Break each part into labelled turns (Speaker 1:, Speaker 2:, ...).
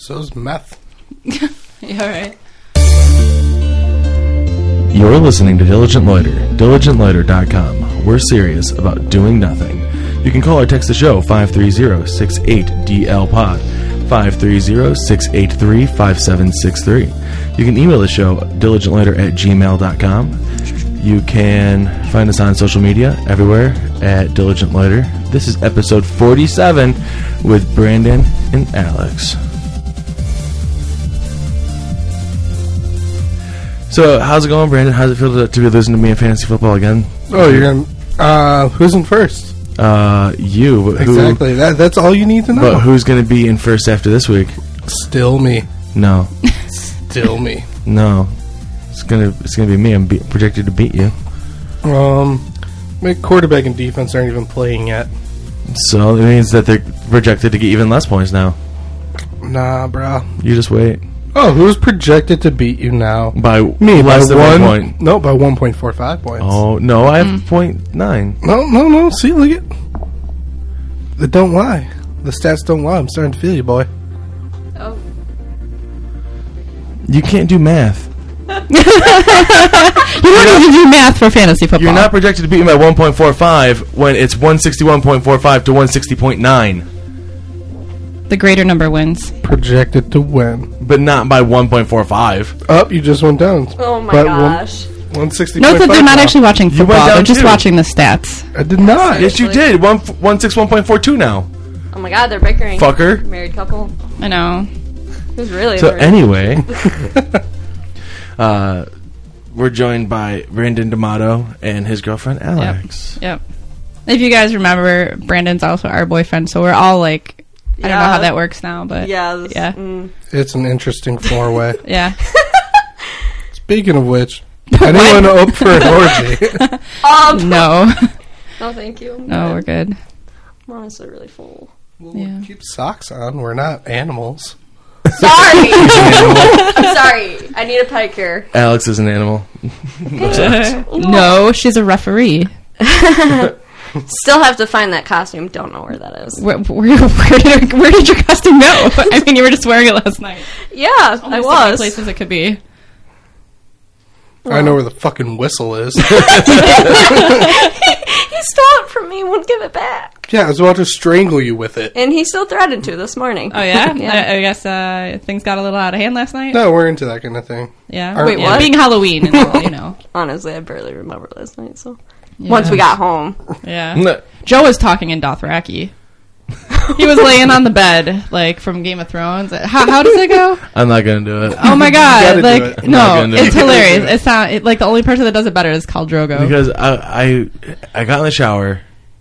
Speaker 1: So's meth.
Speaker 2: Yeah, right.
Speaker 3: You're listening to Diligent Loiter, diligentloiter.com. We're serious about doing nothing. You can call or text the show 530-68DL pod 530-683-5763. You can email the show diligentloiter at gmail.com. You can find us on social media everywhere at Diligent Loiter. This is episode 47 with Brandon and Alex. So, how's it going, Brandon? How's it feel to, to be losing to me in fantasy football again?
Speaker 1: Oh, you're gonna. Uh, who's in first?
Speaker 3: Uh, you. but who-
Speaker 1: Exactly. That, that's all you need to know.
Speaker 3: But who's going to be in first after this week?
Speaker 1: Still me.
Speaker 3: No,
Speaker 1: Still me.
Speaker 3: no. It's gonna it's gonna be me. I'm be- projected to beat you.
Speaker 1: Um, my quarterback and defense aren't even playing yet.
Speaker 3: So it means that they're projected to get even less points now.
Speaker 1: Nah, bruh.
Speaker 3: You just wait
Speaker 1: Oh, who's projected to beat you now?
Speaker 3: by
Speaker 1: Me
Speaker 3: less
Speaker 1: by
Speaker 3: than
Speaker 1: one, Mm.
Speaker 3: one, point.
Speaker 1: No, by one point four five points.
Speaker 3: Oh no, I have point nine.
Speaker 1: No, no, no. See, look at. They don't lie. The stats don't lie. I'm starting to feel you, boy.
Speaker 2: Oh,
Speaker 3: You can't do math.
Speaker 4: You don't even do math for fantasy football.
Speaker 3: You're not projected to beat me by one point four five when it's one sixty one point four five to one sixty point nine,
Speaker 4: the greater number wins.
Speaker 1: Projected to win.
Speaker 3: but not by one point four five.
Speaker 1: Up, you just went down.
Speaker 5: Oh my
Speaker 1: But one-
Speaker 5: gosh.
Speaker 1: One sixty.
Speaker 4: Note that they're not actually watching
Speaker 3: went
Speaker 4: football;
Speaker 3: down
Speaker 4: they're just
Speaker 3: too.
Speaker 4: watching the stats.
Speaker 1: I did not.
Speaker 3: Yes, you did. One f- one six one point four two now,
Speaker 5: Oh my god, they're bickering.
Speaker 3: fucker.
Speaker 5: Married couple.
Speaker 4: I know.
Speaker 5: It was really
Speaker 3: So
Speaker 5: hard.
Speaker 3: anyway, uh, we're joined by Brandon D'Amato and his girlfriend Alex.
Speaker 4: Yep. If you guys remember, Brandon's also our boyfriend, so we're all like, I don't know
Speaker 5: Yeah.
Speaker 4: how that works now, but
Speaker 5: yeah, this-
Speaker 4: yeah,
Speaker 5: mm.
Speaker 1: It's an interesting four way.
Speaker 4: yeah.
Speaker 1: Speaking of which, anyone up for an orgy?
Speaker 5: Um,
Speaker 4: no,
Speaker 5: no, thank you. I'm
Speaker 4: no, we're
Speaker 5: good.
Speaker 4: good.
Speaker 5: I'm honestly really full.
Speaker 1: Well,
Speaker 4: Yeah.
Speaker 1: Keep socks on. We're not animals.
Speaker 5: Sorry, I'm sorry. I need a pedicure.
Speaker 3: Alex is an animal.
Speaker 4: no, she's a referee.
Speaker 5: Still have to find that costume. Don't know where that is.
Speaker 4: Where, where, where, did, where did your costume go? I mean, you were just wearing it last night.
Speaker 5: Yeah, I
Speaker 4: There's so many
Speaker 5: was.
Speaker 4: places it could be.
Speaker 1: I know where the fucking whistle is.
Speaker 5: He stole it from me. and Won't give it back.
Speaker 1: yeah, I was about to strangle you with it.
Speaker 5: And he still threatened to this morning.
Speaker 4: Oh yeah,
Speaker 5: Yeah.
Speaker 4: I, I guess uh, things got a little out of hand last night.
Speaker 1: No, we're into that kind of thing.
Speaker 4: Yeah.
Speaker 1: Or- Wait,
Speaker 4: yeah.
Speaker 1: what?
Speaker 4: Being Halloween, and all, you know.
Speaker 5: Honestly, I barely remember last night. So once
Speaker 4: Yeah.
Speaker 5: we got home,
Speaker 4: Yeah.
Speaker 3: No,
Speaker 4: Joe was talking in Dothraki. He was laying on the bed, like from Game of Thrones. How, how does it go?
Speaker 3: I'm not gonna do it.
Speaker 4: Oh my
Speaker 1: gotta do
Speaker 4: god! Like
Speaker 1: it.
Speaker 3: I'm not
Speaker 4: no,
Speaker 3: gonna do
Speaker 4: it's
Speaker 3: it.
Speaker 4: hilarious. It sound it, like the only person that does it better is called Drogo.
Speaker 3: Because I, I I got in the shower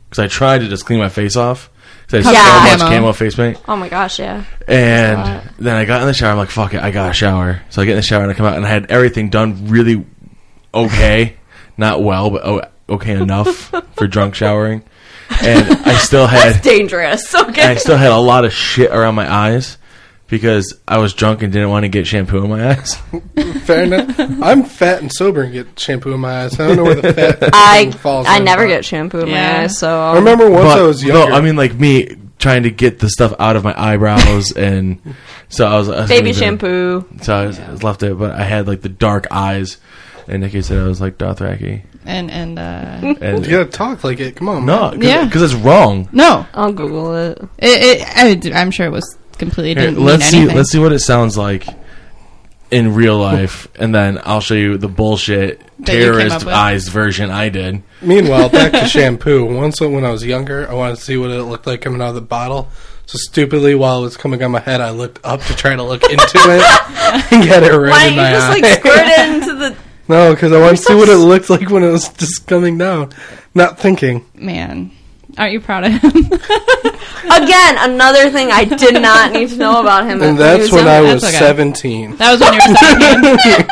Speaker 3: because I tried to just clean my face off because I had
Speaker 5: Yeah.
Speaker 3: so much
Speaker 4: Camo.
Speaker 3: camo face paint,
Speaker 5: oh my gosh, yeah.
Speaker 3: and then I got in the shower. I'm like, fuck it, I got to shower. So I get in the shower and I come out and I had everything done really okay, not well, but oh, okay enough for drunk showering, and I still had
Speaker 5: Dangerous.
Speaker 3: and I
Speaker 5: Okay.
Speaker 3: still had a lot of shit around my eyes because I was drunk and didn't want to get shampoo in my eyes.
Speaker 1: Fair enough. I'm fat and sober and get shampoo in my eyes. I don't know where the fat
Speaker 5: I
Speaker 1: fucking falls.
Speaker 5: I
Speaker 1: in,
Speaker 5: never
Speaker 1: but-
Speaker 5: get shampoo in
Speaker 4: Yeah.
Speaker 5: my eyes, so um,
Speaker 1: I remember once I was younger.
Speaker 3: no, I mean like me trying to get the stuff out of my eyebrows and so I was I was
Speaker 5: baby
Speaker 3: gonna do-
Speaker 5: shampoo.
Speaker 3: So I, was, I was left it, but I had like the dark eyes, and Nikki said I was like Dothraki,
Speaker 4: And and uh,
Speaker 3: and
Speaker 1: you gotta talk like it. Come on.
Speaker 3: no, cause,
Speaker 4: Yeah.
Speaker 3: because it's wrong.
Speaker 4: no,
Speaker 5: I'll Google it.
Speaker 4: it, it, I, am sure it was completely
Speaker 3: Here,
Speaker 4: didn't mean
Speaker 3: let's see,
Speaker 4: anything.
Speaker 3: let's see what it sounds like in real life, and then I'll show you the bullshit
Speaker 4: That you came up
Speaker 3: terrorist
Speaker 4: with.
Speaker 3: eyes version I did.
Speaker 1: man. Meanwhile, back to shampoo. Once when I was younger, I wanted to see what it looked like coming out of the bottle. So stupidly, while it was coming on my head, I looked up to try to look into it and get it right
Speaker 5: Why
Speaker 1: in
Speaker 5: don't
Speaker 1: my
Speaker 5: you just
Speaker 1: eye.
Speaker 5: like squirt it into the?
Speaker 1: No, because I wanted to see
Speaker 5: so
Speaker 1: what it
Speaker 5: s-
Speaker 1: looked like when it was just coming down. Not thinking.
Speaker 4: Man, aren't you proud of him?
Speaker 5: Again, another thing I did not need to know about him.
Speaker 1: And that's when I was
Speaker 4: that's okay.
Speaker 1: 17.
Speaker 4: that was when you were seventeen.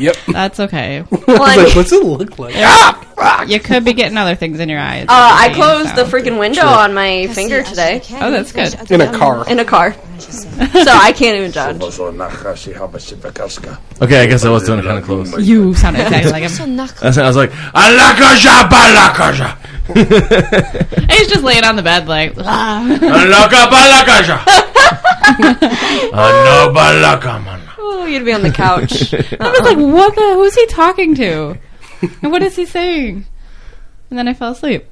Speaker 1: Yep.
Speaker 4: That's okay.
Speaker 1: I was
Speaker 5: Like-
Speaker 1: like, what's it look like?
Speaker 4: You could be getting other things in your eyes.
Speaker 5: Uh, I
Speaker 4: Same,
Speaker 5: closed
Speaker 4: so.
Speaker 5: the freaking window on my finger today
Speaker 4: Oh, that's good.
Speaker 1: In a car.
Speaker 5: in a car, so I can't even judge.
Speaker 3: Okay, I guess I was doing it kind of close.
Speaker 4: You sound exactly like him.
Speaker 3: I was I was like, "Alakasha, balakasha,
Speaker 4: He's just laying on the bed like, "Ah."
Speaker 3: alaka, balakasha." Anobala, come on.
Speaker 5: Oh, you'd be on the couch.
Speaker 4: I was like, what the? Who's he talking to? And what is he saying? And then I fell asleep.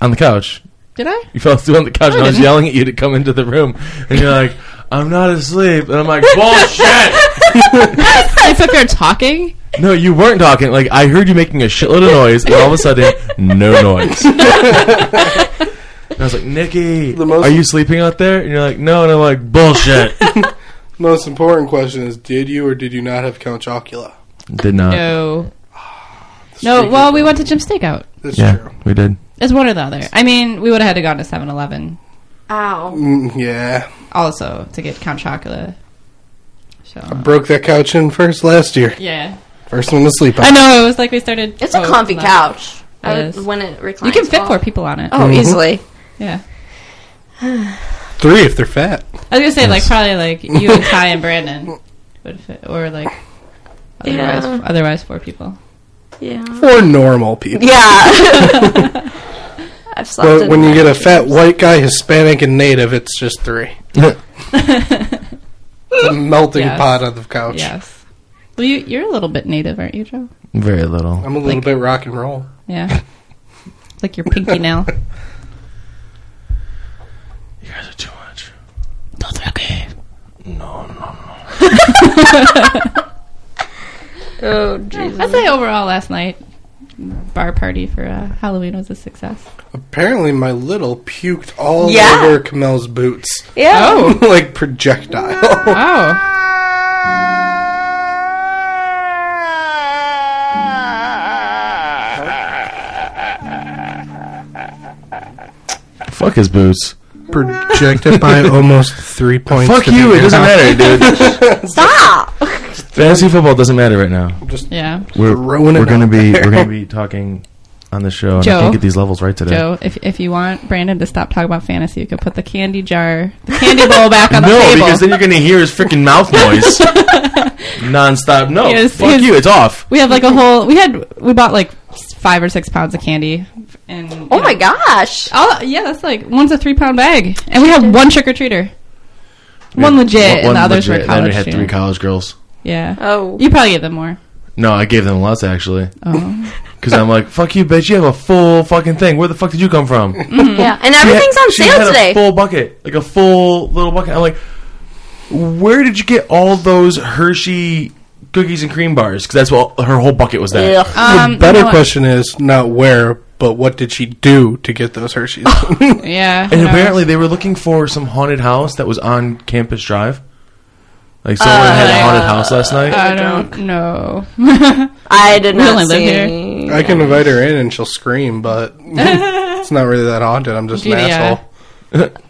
Speaker 3: On the couch.
Speaker 4: Did I?
Speaker 3: You fell asleep on the couch, and I was
Speaker 4: didn't.
Speaker 3: yelling at you to come into the room, and you're like, "I'm not asleep," and I'm like, "Bullshit!"
Speaker 4: I up there talking.
Speaker 3: no, you weren't talking. Like I heard you making a shitload of noise, and all of a sudden, no noise. and I was like, "Nikki,
Speaker 1: The most-
Speaker 3: are you sleeping out there?" And you're like, "No," and I'm like, "Bullshit."
Speaker 1: Most important question is: Did you or did you not have Count Chocula?
Speaker 3: Did not.
Speaker 4: No. No,
Speaker 1: Speaking-
Speaker 4: well, we went to Jim's Steakout.
Speaker 1: that's
Speaker 3: Yeah,
Speaker 1: true.
Speaker 3: we did.
Speaker 4: It's one or the other. I mean, we would have had to gone to 7 Eleven
Speaker 5: Ow.
Speaker 1: Mm, yeah,
Speaker 4: also to get Count Chocula. So.
Speaker 1: I broke that couch in first last year.
Speaker 4: yeah.
Speaker 1: First one to sleep on.
Speaker 4: I know, it was like we started.
Speaker 5: It's a
Speaker 4: oh,
Speaker 5: comfy
Speaker 4: no.
Speaker 5: couch.
Speaker 4: It
Speaker 5: I
Speaker 4: is.
Speaker 5: would, when it
Speaker 4: You
Speaker 5: reclines.
Speaker 4: can fit
Speaker 5: well.
Speaker 4: four people on it.
Speaker 5: Oh,
Speaker 1: Mm-hmm.
Speaker 5: easily.
Speaker 4: Yeah.
Speaker 1: Three if they're fat.
Speaker 4: I was going to say, like, probably like you and Ty and Brandon would fit, or like otherwise,
Speaker 5: Yeah.
Speaker 4: otherwise four people.
Speaker 5: Yeah.
Speaker 1: Or normal people.
Speaker 5: Yeah. I've slept
Speaker 1: But
Speaker 5: in
Speaker 1: when you
Speaker 5: that.
Speaker 1: get a fat white guy, Hispanic, and Native, it's just three. The melting
Speaker 4: Yes.
Speaker 1: pot on the couch.
Speaker 4: Yes. Well, you, you're a little bit native, aren't you, Joe?
Speaker 3: Very little.
Speaker 1: I'm a little
Speaker 4: Like-
Speaker 1: bit rock and roll.
Speaker 4: Yeah. like your pinky nail.
Speaker 3: You guys are too much.
Speaker 4: That's okay.
Speaker 3: No, no.
Speaker 5: Oh, Jesus.
Speaker 4: I'd say overall last night bar party for uh, Halloween was a success.
Speaker 1: Apparently, my little puked all
Speaker 5: Yeah.
Speaker 1: over Kamel's boots.
Speaker 5: Yeah.
Speaker 1: Oh, like projectile.
Speaker 4: Oh.
Speaker 3: Fuck his boots.
Speaker 1: Projected by almost three points.
Speaker 3: Fuck
Speaker 1: to
Speaker 3: you. It
Speaker 1: begin
Speaker 3: doesn't
Speaker 1: with.
Speaker 3: matter, dude.
Speaker 5: Stop.
Speaker 3: Fantasy football doesn't matter right now.
Speaker 4: Yeah.
Speaker 3: We're
Speaker 1: Throwing it
Speaker 3: we're gonna
Speaker 1: out
Speaker 3: be
Speaker 1: there.
Speaker 3: we're gonna be talking on the show. And I
Speaker 4: Joe.
Speaker 3: can't get these levels right today.
Speaker 4: Joe, if, if you want Brandon to stop talking about fantasy, you could put the candy jar, the candy bowl back on the
Speaker 3: no,
Speaker 4: table.
Speaker 3: because then you're gonna hear his freaking mouth noise nonstop. No,
Speaker 4: Yes,
Speaker 3: fuck
Speaker 4: yes.
Speaker 3: you. It's off.
Speaker 4: we have like a whole, we had, we bought like five or six pounds of candy. And, you
Speaker 5: Oh, my
Speaker 4: know,
Speaker 5: gosh.
Speaker 4: All, yeah, that's like one's a three pound bag, and we had one trick or treater. One legit, and the others were college.
Speaker 3: Then we had three
Speaker 4: students.
Speaker 3: college girls.
Speaker 4: yeah.
Speaker 5: Oh.
Speaker 4: You probably get them more.
Speaker 3: No, I gave them lots actually,
Speaker 4: Oh.
Speaker 3: because I'm like, fuck you, bitch. You have a full fucking thing. Where the fuck did you come from?
Speaker 5: Yeah. And everything's on
Speaker 3: she had
Speaker 5: sale today.
Speaker 3: A full bucket, like a full little bucket. I'm like, where did you get all those Hershey cookies and cream bars? Because that's what her whole bucket was. That
Speaker 5: Ugh.
Speaker 4: Um,
Speaker 1: the better
Speaker 4: you know what?
Speaker 1: question is not where, but what did she do to get those Hershey's?
Speaker 4: Yeah.
Speaker 3: And
Speaker 4: who knows?
Speaker 3: apparently they were looking for some haunted house that was on campus drive. Like someone
Speaker 5: Oh,
Speaker 3: had a haunted house last night.
Speaker 4: I don't know.
Speaker 5: I did
Speaker 4: We
Speaker 5: not
Speaker 4: only live
Speaker 5: see.
Speaker 4: here.
Speaker 1: I can invite her in and she'll scream, but it's not really that haunted. I'm just an
Speaker 4: Yeah.
Speaker 1: asshole.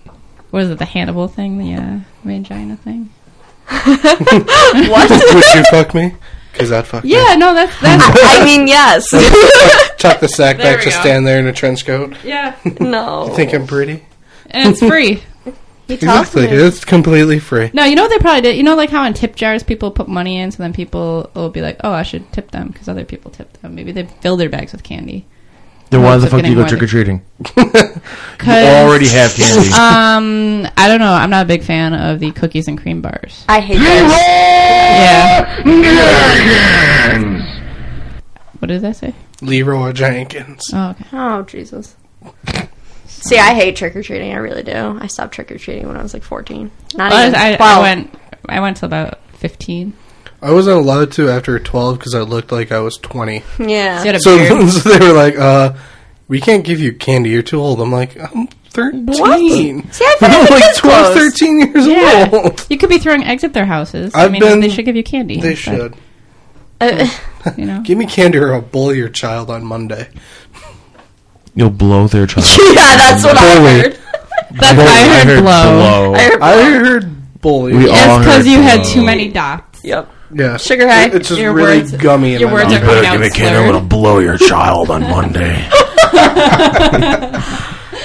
Speaker 4: Was it the Hannibal thing? The uh, vagina thing?
Speaker 1: Would you fuck me? Because I'd fuck you.
Speaker 4: Yeah. No, that's that's
Speaker 5: I mean, yes.
Speaker 1: Tuck the sack
Speaker 4: There
Speaker 1: back,
Speaker 4: we
Speaker 1: just
Speaker 4: go.
Speaker 1: stand there in a trench coat.
Speaker 4: yeah,
Speaker 5: no.
Speaker 1: Think I'm pretty?
Speaker 4: and it's free.
Speaker 5: he tells
Speaker 1: Exactly.
Speaker 5: me.
Speaker 1: It's completely free.
Speaker 4: No, you know what they probably did. You know, like how in tip jars people put money in, so then people will be like, "Oh, I should tip them because other people tip them." Maybe they fill their bags with candy.
Speaker 3: Then why the
Speaker 4: It's
Speaker 3: fuck do you go
Speaker 4: getting
Speaker 3: trick or treating? You
Speaker 4: 'Cause,
Speaker 3: already have candy.
Speaker 4: um, I don't know. I'm not a big fan of the cookies and cream bars.
Speaker 5: I hate this.
Speaker 4: Yeah. What did that say?
Speaker 1: Leroy Jenkins.
Speaker 4: Oh, okay.
Speaker 5: Oh, Jesus. See, I hate trick or treating. I really do. I stopped trick or treating when I was like 14. Not
Speaker 4: Well,
Speaker 5: even.
Speaker 4: I, I
Speaker 5: 12.
Speaker 4: went. I went to about fifteen.
Speaker 1: I wasn't allowed to after 12 because I looked like I was 20.
Speaker 5: Yeah.
Speaker 4: You had a
Speaker 1: So,
Speaker 4: beard.
Speaker 1: so they were like, uh, we can't give you candy. You're too old. I'm like, I'm 13.
Speaker 5: See, I
Speaker 1: I'm
Speaker 5: think
Speaker 1: like 12,
Speaker 5: like 12,
Speaker 1: 13 years
Speaker 4: Yeah.
Speaker 1: old.
Speaker 4: You could be throwing eggs at their houses. i
Speaker 1: I've
Speaker 4: mean,
Speaker 1: been-
Speaker 4: they should give you candy.
Speaker 1: They
Speaker 4: but,
Speaker 1: should.
Speaker 5: Uh,
Speaker 4: You know,
Speaker 1: Give me candy or I'll bully your child on Monday.
Speaker 3: You'll blow their child.
Speaker 5: yeah, that's what I
Speaker 1: Bully.
Speaker 5: heard.
Speaker 4: that's I heard, blow.
Speaker 5: I heard.
Speaker 1: I heard bully.
Speaker 3: We all-
Speaker 4: That's because
Speaker 3: heard
Speaker 4: you had
Speaker 3: blow.
Speaker 4: too many dots.
Speaker 5: Yep.
Speaker 1: yeah.
Speaker 5: Sugar high.
Speaker 1: It- It's just
Speaker 4: Your
Speaker 1: really
Speaker 4: words-
Speaker 1: gummy in
Speaker 4: your
Speaker 1: my
Speaker 4: words
Speaker 1: mouth.
Speaker 4: are coming out slurred.
Speaker 3: blow your child on Monday.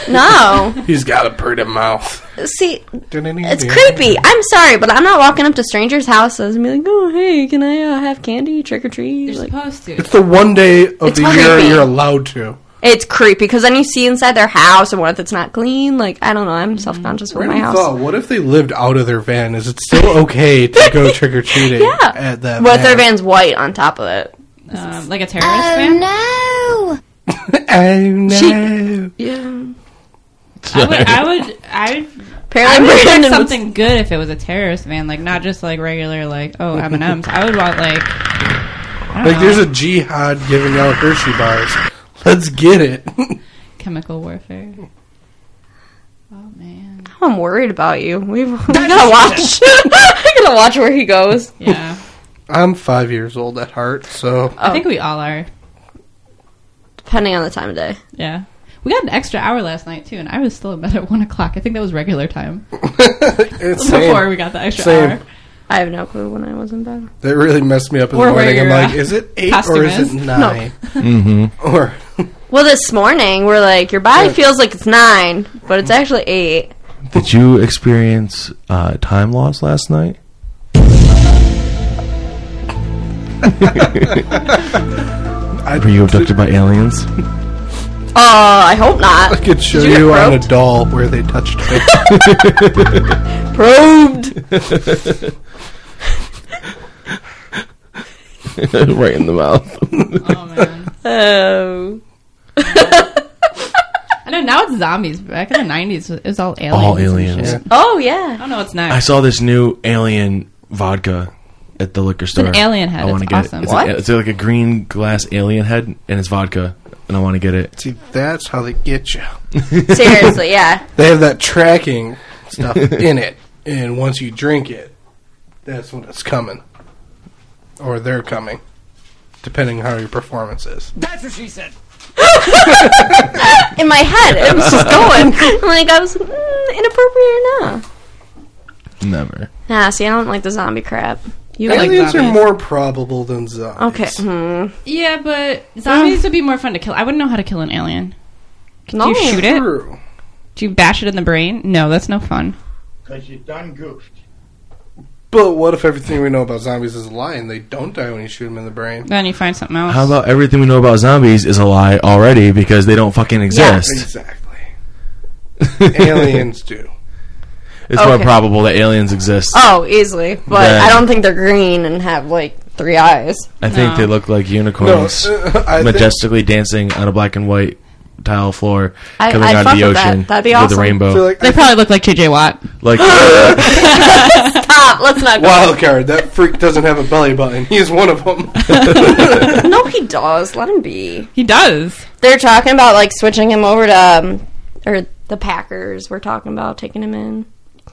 Speaker 5: No.
Speaker 1: He's got a pretty mouth.
Speaker 5: See,
Speaker 1: It's
Speaker 5: it's creepy. I'm sorry, but I'm not walking up to strangers' houses and be like, oh, hey, can I uh, have candy? Trick or treat?
Speaker 4: You're
Speaker 5: Like,
Speaker 4: supposed to.
Speaker 1: It's the one day of
Speaker 5: It's
Speaker 1: the year
Speaker 5: creepy.
Speaker 1: you're allowed to.
Speaker 5: It's creepy because then you see inside their house, and what if it's not clean? Like I don't know. I'm self conscious with my
Speaker 1: Random
Speaker 5: house.
Speaker 1: thought, what if they lived out of their van? Is it still okay to go trick or treating
Speaker 5: Yeah.
Speaker 1: at that?
Speaker 5: what if their van's white on top of it?
Speaker 4: Um, like a terrorist van?
Speaker 1: Oh
Speaker 5: She-
Speaker 1: no!
Speaker 5: Yeah.
Speaker 4: I would, I would, I would, I
Speaker 5: Apparently,
Speaker 4: would expect
Speaker 5: Brandon was-
Speaker 4: something good if it was a terrorist van, like not just like regular, like oh M and M's. I would want like, I don't
Speaker 1: like there's
Speaker 4: know,
Speaker 1: a jihad giving out Hershey bars. Let's get it.
Speaker 4: chemical warfare. Oh man,
Speaker 5: I'm worried about you. We've, we gotta watch. I gotta watch where he goes.
Speaker 4: yeah.
Speaker 1: I'm five years old at heart, so
Speaker 4: I think we all are.
Speaker 5: Oh, Depending on the time of day.
Speaker 4: Yeah. We got an extra hour last night too, and I was still in bed at one o'clock. I think that was regular time
Speaker 1: it's
Speaker 4: before
Speaker 1: same.
Speaker 4: we got the extra
Speaker 1: Same.
Speaker 4: hour.
Speaker 5: I have no clue when I was in bed.
Speaker 1: That really messed me up in
Speaker 4: Or
Speaker 1: the
Speaker 4: where
Speaker 1: morning. I'm
Speaker 4: your,
Speaker 1: like,
Speaker 4: uh,
Speaker 1: is it eight
Speaker 4: costume
Speaker 1: or is
Speaker 4: is?
Speaker 1: it nine?
Speaker 3: hmm
Speaker 1: Or
Speaker 5: Well, this morning we're like, your body
Speaker 1: Good.
Speaker 5: feels like it's nine, but it's actually eight.
Speaker 3: Did you experience uh, time loss last night?
Speaker 1: I
Speaker 3: Were you abducted by aliens?
Speaker 5: Oh, I hope
Speaker 1: I
Speaker 5: not.
Speaker 1: could show
Speaker 5: Did you get
Speaker 1: you on a
Speaker 5: groped?
Speaker 1: doll where they touched me.
Speaker 5: Probed.
Speaker 3: right in the mouth.
Speaker 4: Oh man.
Speaker 5: Oh.
Speaker 4: I know now it's zombies. but Back in the nineties, it was all aliens.
Speaker 3: All
Speaker 4: and
Speaker 3: aliens.
Speaker 4: shit.
Speaker 5: Oh
Speaker 4: I
Speaker 5: yeah.
Speaker 4: don't know what's
Speaker 3: I
Speaker 4: next.
Speaker 3: saw this new alien vodka at the liquor store.
Speaker 4: an alien head.
Speaker 3: I wanna
Speaker 4: It's
Speaker 3: get
Speaker 4: awesome.
Speaker 3: It. It's,
Speaker 5: What?
Speaker 3: A, it's like a green glass alien head, and it's vodka, and I want to get it.
Speaker 1: See, that's how they get you.
Speaker 5: Seriously, yeah.
Speaker 1: They have that tracking stuff in it, and once you drink it, that's when it's coming, or they're coming, depending how your performance is.
Speaker 5: In my head, it was just going. I'm like, I was mm, inappropriate or not.
Speaker 3: Never.
Speaker 5: Nah, see, I don't like the zombie crap. You like?
Speaker 1: Aliens are
Speaker 4: zombies.
Speaker 1: more probable than zombies.
Speaker 5: Okay. Hmm.
Speaker 4: yeah, but zombies would be more fun to kill. I wouldn't know how to kill an alien.
Speaker 5: No.
Speaker 4: Do you shoot it?
Speaker 1: True.
Speaker 4: Do you bash it in the brain? No, that's no fun.
Speaker 6: Because you done goofed.
Speaker 1: But what if everything we know about zombies is a lie and they don't die when you shoot them in the brain?
Speaker 4: Then you find something else.
Speaker 3: How about everything we know about zombies is a lie already because they don't fucking exist?
Speaker 1: Exactly. Aliens do.
Speaker 3: It's more
Speaker 5: Okay.
Speaker 3: probable that aliens exist.
Speaker 5: Oh, easily. But
Speaker 3: Then-
Speaker 5: I don't think they're green and have like three eyes.
Speaker 3: I think
Speaker 4: No.
Speaker 3: they look like unicorns,
Speaker 1: uh, I think-
Speaker 3: majestically dancing on a black and white tile floor,
Speaker 5: I-
Speaker 3: coming
Speaker 5: I'd
Speaker 3: out
Speaker 5: fuck
Speaker 3: of the
Speaker 5: with that.
Speaker 3: ocean
Speaker 5: That'd be
Speaker 3: with
Speaker 5: awesome.
Speaker 3: a
Speaker 1: I
Speaker 3: rainbow.
Speaker 1: feel like
Speaker 4: they probably look like JJ Watt.
Speaker 3: like
Speaker 5: Stop. Ah, Let's not. Go.
Speaker 1: wild card. That freak doesn't have a belly button. He's one of them.
Speaker 5: No, he does. Let him be.
Speaker 4: He does.
Speaker 5: They're talking about like switching him over to, um, or the Packers. We're talking about taking him in.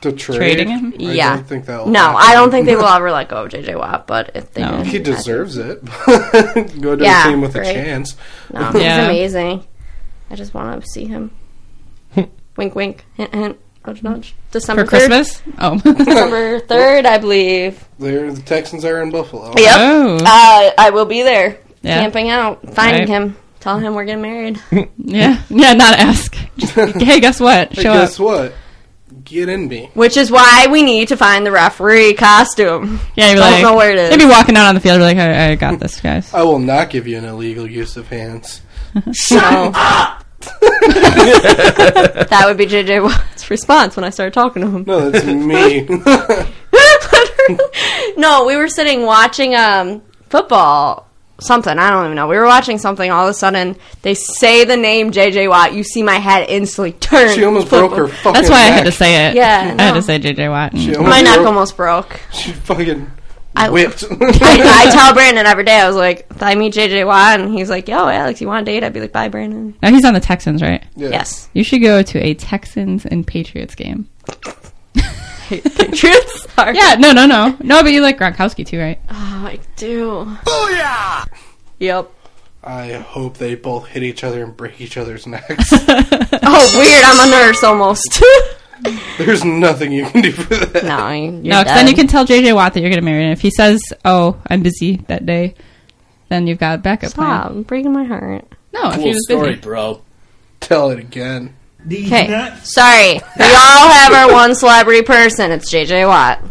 Speaker 1: to trade.
Speaker 4: Trading him?
Speaker 1: I
Speaker 5: Yeah.
Speaker 1: don't think that'll
Speaker 5: No,
Speaker 1: happen.
Speaker 5: I don't think they will ever let go of JJ Watt. But if they
Speaker 4: No.
Speaker 5: did,
Speaker 1: He
Speaker 5: I-
Speaker 1: deserves it. Go to
Speaker 5: Yeah,
Speaker 1: a team with a
Speaker 5: right.
Speaker 1: chance.
Speaker 5: no, he's
Speaker 4: Yeah.
Speaker 5: amazing. I just want to see him. wink, wink, hint, hint, nudge, nudge. December
Speaker 4: For Christmas? Oh.
Speaker 5: third, December third, I believe.
Speaker 1: There, the Texans are in Buffalo.
Speaker 5: Yep.
Speaker 4: Oh.
Speaker 3: Mm-hmm.
Speaker 5: Uh, I will be there.
Speaker 4: Yeah.
Speaker 5: Camping out, finding
Speaker 4: Right.
Speaker 5: him, telling him we're getting married.
Speaker 4: Yeah. Yeah, not ask. Just, hey, guess what?
Speaker 1: Hey,
Speaker 4: Show up.
Speaker 1: guess what? Get in me.
Speaker 5: Which is why we need to find the referee costume.
Speaker 4: Yeah, you're
Speaker 5: Don't
Speaker 4: like,
Speaker 5: know where it is.
Speaker 4: They'd be walking out on the field, you're like, I, I got this, guys.
Speaker 1: I will not give you an illegal use of hands.
Speaker 5: So. that would be JJ Watt's response when I started talking to him.
Speaker 1: No, that's me.
Speaker 5: no, we were sitting watching um football something, I don't even know. We were watching something all of a sudden they say the name JJ Watt, you see my head instantly turn.
Speaker 1: she almost broke her fucking
Speaker 4: That's why I had to
Speaker 1: neck.
Speaker 4: say it.
Speaker 5: Yeah,
Speaker 4: I had
Speaker 5: no.
Speaker 4: to say JJ Watt.
Speaker 1: She
Speaker 4: and-
Speaker 1: almost
Speaker 5: My neck
Speaker 1: broke-
Speaker 5: almost broke.
Speaker 1: She fucking
Speaker 5: I-
Speaker 1: whipped.
Speaker 5: I, I tell Brandon every day, I was like, I meet JJ Watt and he's like, Yo, Alex, you wanna date? I'd be like, Bye Brandon.
Speaker 4: Now Oh, he's on the Texans, right?
Speaker 1: Yeah.
Speaker 5: Yes.
Speaker 4: You should go to a Texans and Patriots game.
Speaker 5: Patriots are
Speaker 4: Yeah, no, no, no. No, but you like Gronkowski too, right?
Speaker 5: Oh, I do. Yep.
Speaker 1: I hope they both hit each other and break each other's necks.
Speaker 5: Oh, weird. I'm a nurse almost.
Speaker 1: There's nothing you can do for that.
Speaker 5: no, you're
Speaker 4: no, because then you can tell JJ Watt that you're going to marry him. If he says, oh, I'm busy that day, then you've got a backup plan.
Speaker 5: stop I'm breaking my heart.
Speaker 4: No, if he
Speaker 7: Cool
Speaker 4: was
Speaker 7: story,
Speaker 4: busy.
Speaker 7: bro.
Speaker 1: Tell it again.
Speaker 6: These
Speaker 5: Okay,
Speaker 6: nuts.
Speaker 5: sorry. We all have our one celebrity person. It's JJ Watt.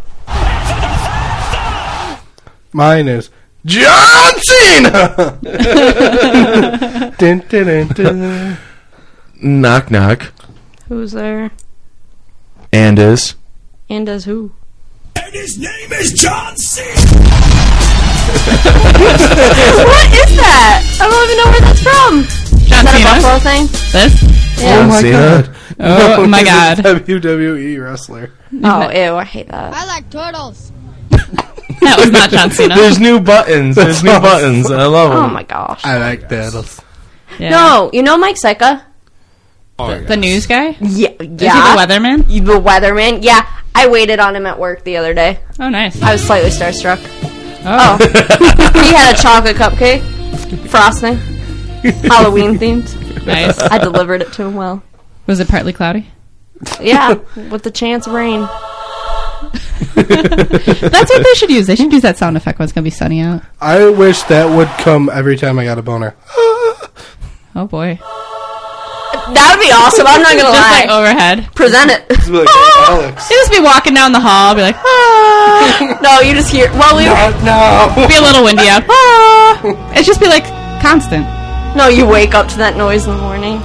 Speaker 1: Mine is
Speaker 3: John Cena!
Speaker 1: Dun, dun, dun, dun.
Speaker 3: knock, knock.
Speaker 5: Who's there?
Speaker 3: And is.
Speaker 5: And does who? And his name is John C. what is that? I don't even know where that's from.
Speaker 4: John
Speaker 5: Is that a
Speaker 4: Cena.
Speaker 5: Buffalo thing?
Speaker 4: This.
Speaker 3: John
Speaker 5: Yeah.
Speaker 1: my
Speaker 3: Cena.
Speaker 1: God.
Speaker 4: Oh my
Speaker 1: he's a
Speaker 4: god.
Speaker 1: WWE E wrestler.
Speaker 5: Oh, ew, I hate that.
Speaker 7: I like turtles.
Speaker 4: That was not John Cena.
Speaker 3: There's new buttons. There's new buttons, and I love them.
Speaker 5: Oh my gosh.
Speaker 1: I like that.
Speaker 4: Yeah.
Speaker 5: No, you know Mike Seika?
Speaker 4: The news guy? Is
Speaker 5: Yeah,
Speaker 4: he the
Speaker 5: yeah.
Speaker 4: weatherman?
Speaker 5: You- the weatherman. Yeah, I waited on him at work the other day.
Speaker 4: Oh, nice.
Speaker 5: I was slightly starstruck.
Speaker 4: Oh.
Speaker 5: He had a chocolate cupcake, frosting, Halloween themed.
Speaker 4: nice.
Speaker 5: I delivered it to him well.
Speaker 4: Was it partly cloudy?
Speaker 5: Yeah, with the chance of rain.
Speaker 4: That's what they should use. They should use that sound effect when it's going to be sunny out.
Speaker 1: I wish that would come every time I got a boner.
Speaker 4: Oh, boy.
Speaker 5: That would be awesome. I'm not gonna
Speaker 4: Just
Speaker 5: lie.
Speaker 4: like oh. overhead.
Speaker 5: Present it.
Speaker 1: It's like,
Speaker 4: Ah!
Speaker 1: hey, Alex.
Speaker 4: You just be walking down the hall, be like,
Speaker 5: no, you just hear. Well, we
Speaker 1: No.
Speaker 4: be a little windy out. Ah. It's just be like constant.
Speaker 5: no, you wake up to that noise in the morning.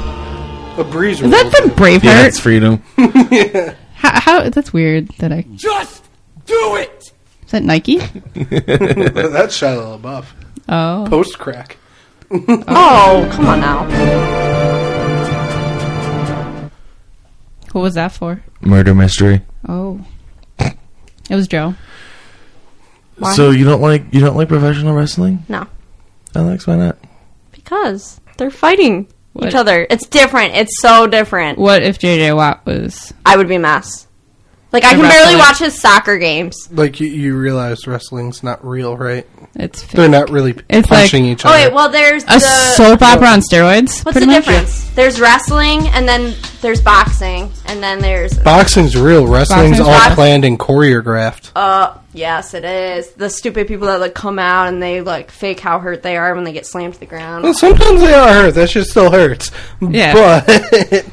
Speaker 1: A breeze.
Speaker 4: Is that from Braveheart?
Speaker 3: Yeah, it's freedom.
Speaker 4: how, how? That's weird that I. Just do it! Is that Nike?
Speaker 1: That's Shia LaBeouf.
Speaker 4: Oh.
Speaker 1: Post crack.
Speaker 5: Oh, come on now.
Speaker 4: What was that for?
Speaker 3: Murder mystery.
Speaker 4: Oh. It was Joe.
Speaker 5: Why?
Speaker 3: So you don't like you don't like professional wrestling,
Speaker 5: No,
Speaker 3: Alex? Why not?
Speaker 5: because they're fighting
Speaker 4: What?
Speaker 5: each other. It's different. It's so different.
Speaker 4: What if JJ Watt was.
Speaker 5: I would be a mess. Like I
Speaker 4: The
Speaker 5: can barely
Speaker 4: wrestling.
Speaker 5: watch his soccer games.
Speaker 1: Like you, you realize wrestling's not real, right?
Speaker 4: It's fake.
Speaker 1: They're not really
Speaker 4: It's
Speaker 1: punching each
Speaker 5: Oh
Speaker 1: other.
Speaker 5: wait, well there's
Speaker 4: a
Speaker 5: the
Speaker 4: soap opera on steroids?
Speaker 5: what's the
Speaker 4: pretty much?
Speaker 5: difference? There's wrestling and then there's boxing and then there's
Speaker 1: Boxing's real. Wrestling's
Speaker 4: Boxing's
Speaker 1: all
Speaker 5: boxing.
Speaker 1: planned and choreographed.
Speaker 5: uh yes it is the stupid people that like come out and they like fake how hurt they are when they get slammed to the
Speaker 1: Well,
Speaker 5: ground.
Speaker 1: sometimes they are hurt. That shit still hurts.
Speaker 4: Yeah.
Speaker 1: But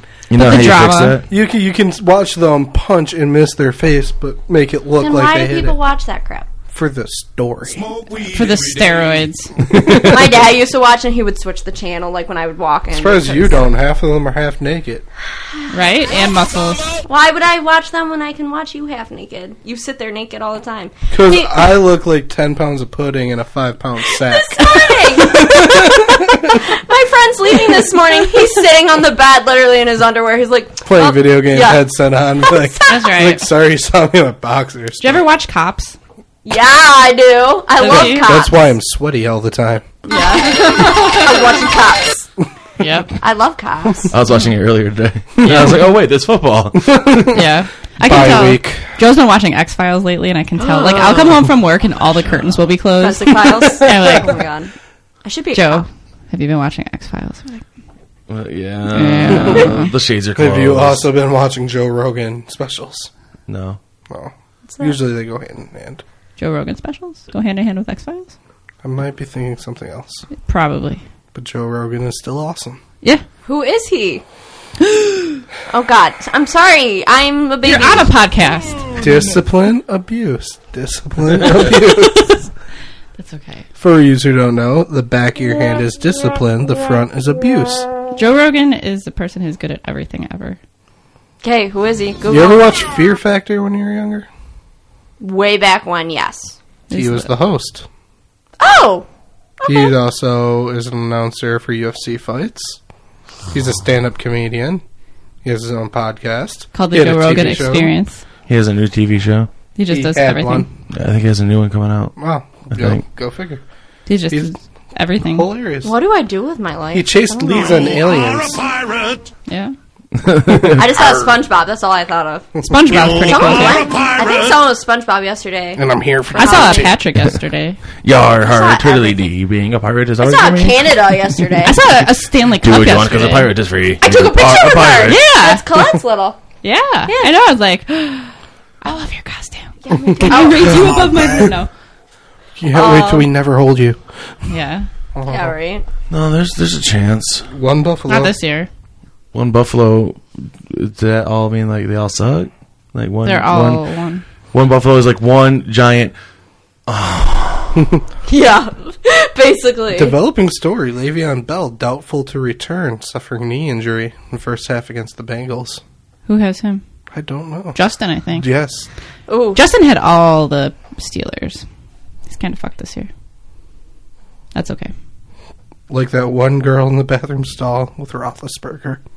Speaker 3: You know
Speaker 4: the
Speaker 3: how you
Speaker 4: drama.
Speaker 3: fix that?
Speaker 1: you can you can watch them punch and miss their face, but make it look
Speaker 5: Then
Speaker 1: like
Speaker 5: why
Speaker 1: they
Speaker 5: do
Speaker 1: hit
Speaker 5: people
Speaker 1: it
Speaker 5: watch that crap?
Speaker 1: for the story.
Speaker 4: For the steroids.
Speaker 5: My dad used to watch and he would switch the channel like when I would walk in.
Speaker 1: As far as you don't, half of them are half naked.
Speaker 4: Right? And muscles.
Speaker 5: Why would I watch them when I can watch you half naked? You sit there naked all the time.
Speaker 1: Because
Speaker 5: He-
Speaker 1: I look like ten pounds of pudding in a five pound sack.
Speaker 5: morning. My friend's leaving this morning. He's sitting on the bed, literally in his underwear. He's like
Speaker 1: Playing
Speaker 5: oh,
Speaker 1: video game
Speaker 5: yeah.
Speaker 1: headset on. Like,
Speaker 4: That's right.
Speaker 1: like sorry, you saw me in a boxer.
Speaker 4: Did you ever watch Cops?
Speaker 5: Yeah, I do. I
Speaker 4: Does he?
Speaker 5: love cops.
Speaker 1: That's why I'm sweaty all the time.
Speaker 5: I was watching cops.
Speaker 4: Yep.
Speaker 5: I love cops.
Speaker 3: I was watching it earlier today. I was like, oh wait, there's football.
Speaker 4: yeah. I can
Speaker 1: Bye
Speaker 4: tell.
Speaker 1: week.
Speaker 4: Joe's been watching X Files lately, and I can tell. Like, I'll come home from work, and all the curtains will be closed.
Speaker 5: Domestic files.
Speaker 4: Yeah, like-
Speaker 5: oh my god. I should be a
Speaker 4: Joe,
Speaker 5: cop.
Speaker 4: have you been watching X Files?
Speaker 3: Well, yeah, the shades are closed.
Speaker 1: Have you also been watching Joe Rogan specials?
Speaker 3: No.
Speaker 1: Well,
Speaker 5: that?
Speaker 1: usually they go hand in hand.
Speaker 4: Joe Rogan specials go hand in hand with X Files.
Speaker 1: I might be thinking something else,
Speaker 4: Probably.
Speaker 1: but Joe Rogan is still awesome.
Speaker 4: Yeah.
Speaker 5: Who is he? oh god. I'm sorry. I'm a baby.
Speaker 4: You're on a podcast.
Speaker 1: Discipline abuse. Discipline abuse.
Speaker 4: That's okay.
Speaker 1: For yous who don't know, the back of your hand is discipline, the front is abuse.
Speaker 4: Joe Rogan is the person who's good at everything ever.
Speaker 5: okay, who is he? Google.
Speaker 1: You ever watch Fear Factor when you were younger?
Speaker 5: Way back when, yes.
Speaker 1: He was the host.
Speaker 5: Oh,
Speaker 1: He also is an announcer for UFC fights. He's a stand-up comedian. He has his own podcast
Speaker 4: called
Speaker 1: He
Speaker 4: the
Speaker 1: had a
Speaker 4: Joe
Speaker 1: TV
Speaker 4: Rogan
Speaker 1: show.
Speaker 4: Experience.
Speaker 3: He has a new TV show.
Speaker 4: He just
Speaker 1: He
Speaker 4: does
Speaker 1: had
Speaker 4: everything.
Speaker 1: one.
Speaker 3: I think he has a new one coming out.
Speaker 1: Wow, go,
Speaker 3: think.
Speaker 1: go figure.
Speaker 4: He just
Speaker 1: He's-
Speaker 4: does everything.
Speaker 1: Hilarious.
Speaker 5: what do I do with my life?
Speaker 1: He chased leads on aliens.
Speaker 4: Yeah.
Speaker 5: I just thought of SpongeBob. That's all I thought of.
Speaker 4: SpongeBob's pretty cool.
Speaker 5: Someone
Speaker 4: too.
Speaker 5: went- I think someone was SpongeBob yesterday.
Speaker 1: And I'm here for
Speaker 4: I saw
Speaker 1: Fauci.
Speaker 4: a Patrick yesterday.
Speaker 3: Yar har
Speaker 5: not
Speaker 3: twiddly dee. Being a pirate is
Speaker 5: I
Speaker 3: always
Speaker 5: saw
Speaker 3: for me.
Speaker 5: Canada yesterday.
Speaker 4: I saw a, a Stanley
Speaker 3: Do
Speaker 4: Cup
Speaker 3: what you want
Speaker 4: yesterday.
Speaker 3: because a pirate is free.
Speaker 5: I took a picture with her.
Speaker 4: Yeah.
Speaker 5: That's Colette's little.
Speaker 4: Yeah. I know. I was like, I love your costume. I'll raise you above my Bruno.
Speaker 1: Can't wait
Speaker 4: Oh.
Speaker 1: till we never hold you.
Speaker 4: Yeah.
Speaker 5: Yeah, right.
Speaker 3: No, there's there's a chance.
Speaker 1: One buffalo.
Speaker 4: Not this year.
Speaker 3: One buffalo. Does that all mean like they all suck? Like one.
Speaker 4: They're all
Speaker 3: one-
Speaker 4: one.
Speaker 3: One buffalo is like one giant.
Speaker 5: Yeah, basically.
Speaker 1: Developing story: Le'Veon Bell doubtful to return, suffering knee injury in first half against the Bengals.
Speaker 4: Who has him?
Speaker 1: I don't know.
Speaker 4: Justin, I think.
Speaker 1: Yes,
Speaker 5: Ooh,
Speaker 4: Justin had all the Steelers. He's kind of fucked this year. That's okay.
Speaker 1: like that one girl in the bathroom stall with Roethlisberger.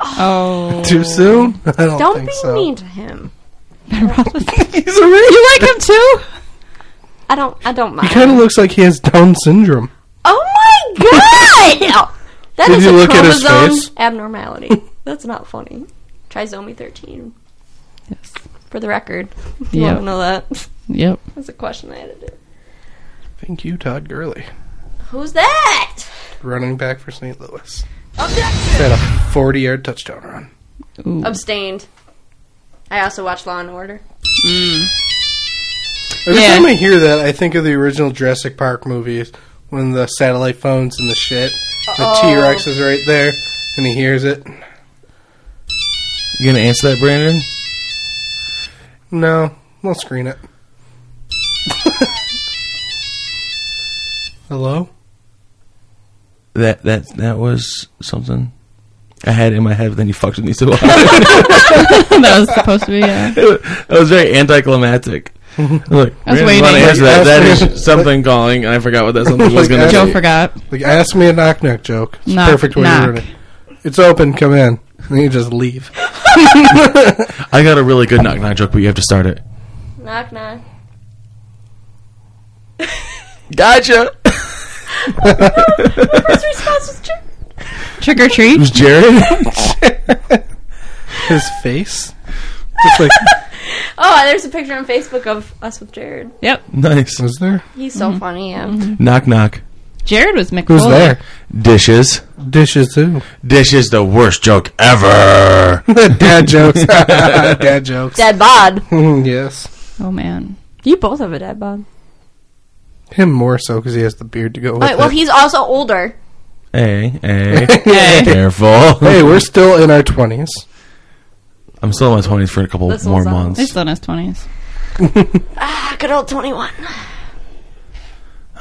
Speaker 4: Oh,
Speaker 1: Too soon? I don't,
Speaker 5: don't
Speaker 1: think
Speaker 5: be
Speaker 1: so.
Speaker 5: mean to him.
Speaker 4: He's a You like him too?
Speaker 5: I don't. I don't
Speaker 1: He
Speaker 5: mind.
Speaker 1: kind of looks like he has Down syndrome.
Speaker 5: Oh my god! That
Speaker 1: Did
Speaker 5: is
Speaker 1: you
Speaker 5: a
Speaker 1: look at his
Speaker 5: chromosome
Speaker 1: face?
Speaker 5: abnormality. That's not funny. Trisomy 13,
Speaker 4: Yes.
Speaker 5: for the record. You
Speaker 4: Yep.
Speaker 5: want to know that?
Speaker 4: Yep.
Speaker 5: That's a question I had to do.
Speaker 1: Thank you, Todd Gurley,
Speaker 5: Who's that?
Speaker 1: running back for St. Louis.
Speaker 5: Objection!
Speaker 1: Had a 40-yard touchdown run.
Speaker 4: Ooh.
Speaker 5: Abstained. I also watched Law and Order.
Speaker 1: Every
Speaker 4: Yeah.
Speaker 1: time I hear that, I think of the original Jurassic Park movies when the satellite phones and the shit. The
Speaker 5: Uh-oh.
Speaker 1: T Rex is right there, and he hears it.
Speaker 3: You gonna answer that, Brandon?
Speaker 1: No, we'll screen it. Hello?
Speaker 3: That that that was something I had in my head, but then you fucked with me so hard.
Speaker 4: that was supposed to be. Uh,
Speaker 3: that was very anticlimactic. I was like,
Speaker 4: I was
Speaker 3: "Really
Speaker 4: waiting.
Speaker 3: wanna answer that. That is
Speaker 1: That's- Oh
Speaker 3: something calling, and I forgot what that something was going to
Speaker 4: Joe
Speaker 3: be.
Speaker 1: Joe
Speaker 4: forgot.
Speaker 1: Like, ask me a knock knock joke. It's
Speaker 4: Knock,
Speaker 1: a perfect way
Speaker 4: knock.
Speaker 1: to ruin it. It's open, come in. And you just leave.
Speaker 3: I got a really good knock knock joke, but you have to start it.
Speaker 5: Knock, knock.
Speaker 3: Gotcha.
Speaker 5: His response was true.
Speaker 4: Trick or treat.
Speaker 3: Who's Jared?
Speaker 1: His face? Just like,
Speaker 5: Oh, there's a picture on Facebook of us with Jared.
Speaker 3: nice.
Speaker 1: was there?
Speaker 5: He's so funny, yeah.
Speaker 3: Knock knock.
Speaker 4: Jared was McFoley.
Speaker 1: Who's there?
Speaker 3: Dishes.
Speaker 1: Dishes, too.
Speaker 3: Dish is the worst joke ever.
Speaker 1: Dad jokes. Dad jokes.
Speaker 5: Dead bod.
Speaker 1: Mm, yes.
Speaker 4: Oh man.
Speaker 5: You both have a dead bod.
Speaker 1: Him more so because he has the beard to go with
Speaker 5: Alright, well,
Speaker 1: it.
Speaker 5: he's also older.
Speaker 3: hey, hey, careful.
Speaker 1: Hey, we're still in our 20s.
Speaker 3: I'm still in my 20s for a couple
Speaker 5: This
Speaker 3: more
Speaker 5: one's on.
Speaker 4: He's
Speaker 3: months.
Speaker 4: still in his twenties.
Speaker 5: Ah, good old 21.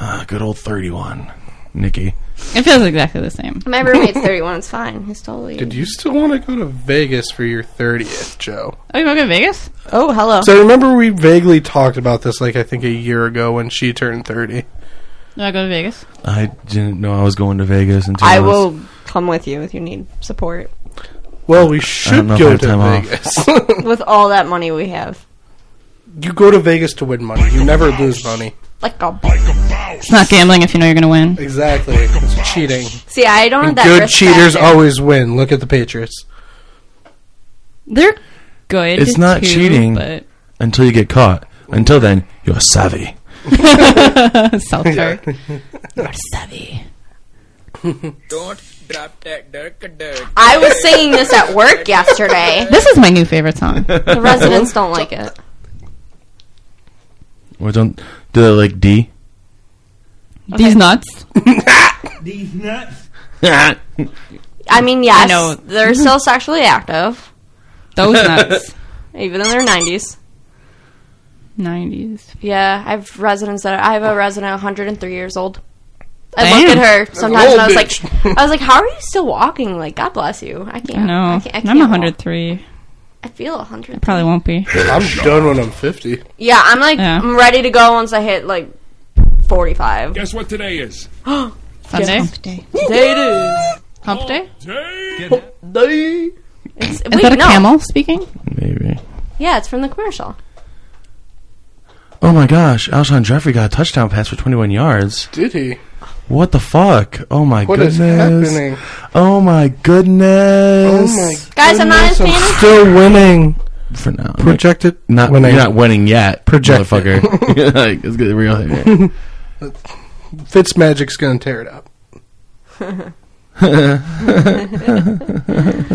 Speaker 3: Ah, good old 31. Nikki.
Speaker 4: It feels exactly the same.
Speaker 5: My roommate's 31. It's fine. He's totally.
Speaker 1: Did you still want to go to Vegas for your 30th, Joe?
Speaker 4: Oh, you want to go to Vegas?
Speaker 5: Oh, hello.
Speaker 1: So remember we vaguely talked about this like I think a year ago when she turned 30.
Speaker 4: You want to go to Vegas?
Speaker 3: I didn't know I was going to Vegas until
Speaker 5: I
Speaker 3: was-
Speaker 5: will come with you if you need support.
Speaker 1: Well, we
Speaker 3: don't
Speaker 1: should
Speaker 3: know if I
Speaker 1: go
Speaker 3: have
Speaker 1: to
Speaker 3: time off.
Speaker 1: Vegas.
Speaker 5: With all that money we have.
Speaker 1: you go to Vegas to win money. You never lose money.
Speaker 5: Like a boy.
Speaker 4: It's not gambling if you know you're going to win.
Speaker 1: Exactly. It's cheating.
Speaker 5: See, I don't have
Speaker 1: And
Speaker 5: that
Speaker 1: good
Speaker 5: risk
Speaker 1: cheaters
Speaker 5: factor.
Speaker 1: always win. Look at the Patriots.
Speaker 4: They're good.
Speaker 3: It's not
Speaker 4: too,
Speaker 3: cheating.
Speaker 4: but
Speaker 3: Until you get caught. Until then, you're savvy.
Speaker 4: South Park. You're savvy.
Speaker 7: Don't drop that dirk dirk.
Speaker 5: I was singing this at work yesterday.
Speaker 4: This is my new favorite song.
Speaker 5: The residents don't like it.
Speaker 3: Or don't do they like D?
Speaker 4: These nuts.
Speaker 6: These nuts.
Speaker 5: I mean, yes,
Speaker 4: I know.
Speaker 5: they're still sexually active,
Speaker 4: Those nuts.
Speaker 5: even in their 90s.
Speaker 4: Nineties.
Speaker 5: Yeah, I have residents that are, I have a resident 103 years old. I
Speaker 4: Damn.
Speaker 5: look at her sometimes
Speaker 1: old
Speaker 5: and I was
Speaker 1: bitch.
Speaker 5: like, I was like, how are you still walking? Like, God bless you. I can't.
Speaker 4: I know.
Speaker 5: I
Speaker 4: I
Speaker 5: can't, I
Speaker 4: am
Speaker 5: can't
Speaker 4: 103.
Speaker 5: walk. I feel 100.
Speaker 4: Probably won't be.
Speaker 1: I'm done when I'm 50.
Speaker 5: Yeah, I'm like,
Speaker 4: Yeah.
Speaker 5: I'm ready to go once I hit like 45.
Speaker 7: Guess what today is?
Speaker 4: Sunday.
Speaker 5: Day it is.
Speaker 4: Hump day.
Speaker 5: Day.
Speaker 4: Is
Speaker 5: It's, wait,
Speaker 4: that a
Speaker 5: no.
Speaker 4: camel speaking?
Speaker 3: Maybe.
Speaker 5: Yeah, it's from the commercial.
Speaker 3: Oh my gosh, Alshon Jeffrey got a touchdown pass for 21 yards.
Speaker 1: Did he?
Speaker 3: What the fuck? Oh my
Speaker 1: What is
Speaker 3: goodness.
Speaker 1: happening?
Speaker 3: Oh my
Speaker 1: Oh
Speaker 3: goodness.
Speaker 1: my
Speaker 5: Guys, I'm not
Speaker 1: goodness,
Speaker 5: his fan.
Speaker 1: still winning.
Speaker 3: For now.
Speaker 1: Projected
Speaker 3: not
Speaker 1: winning.
Speaker 3: You're not winning yet,
Speaker 1: Project
Speaker 3: motherfucker. like, let's get real here.
Speaker 1: Fitzmagic's gonna tear it up.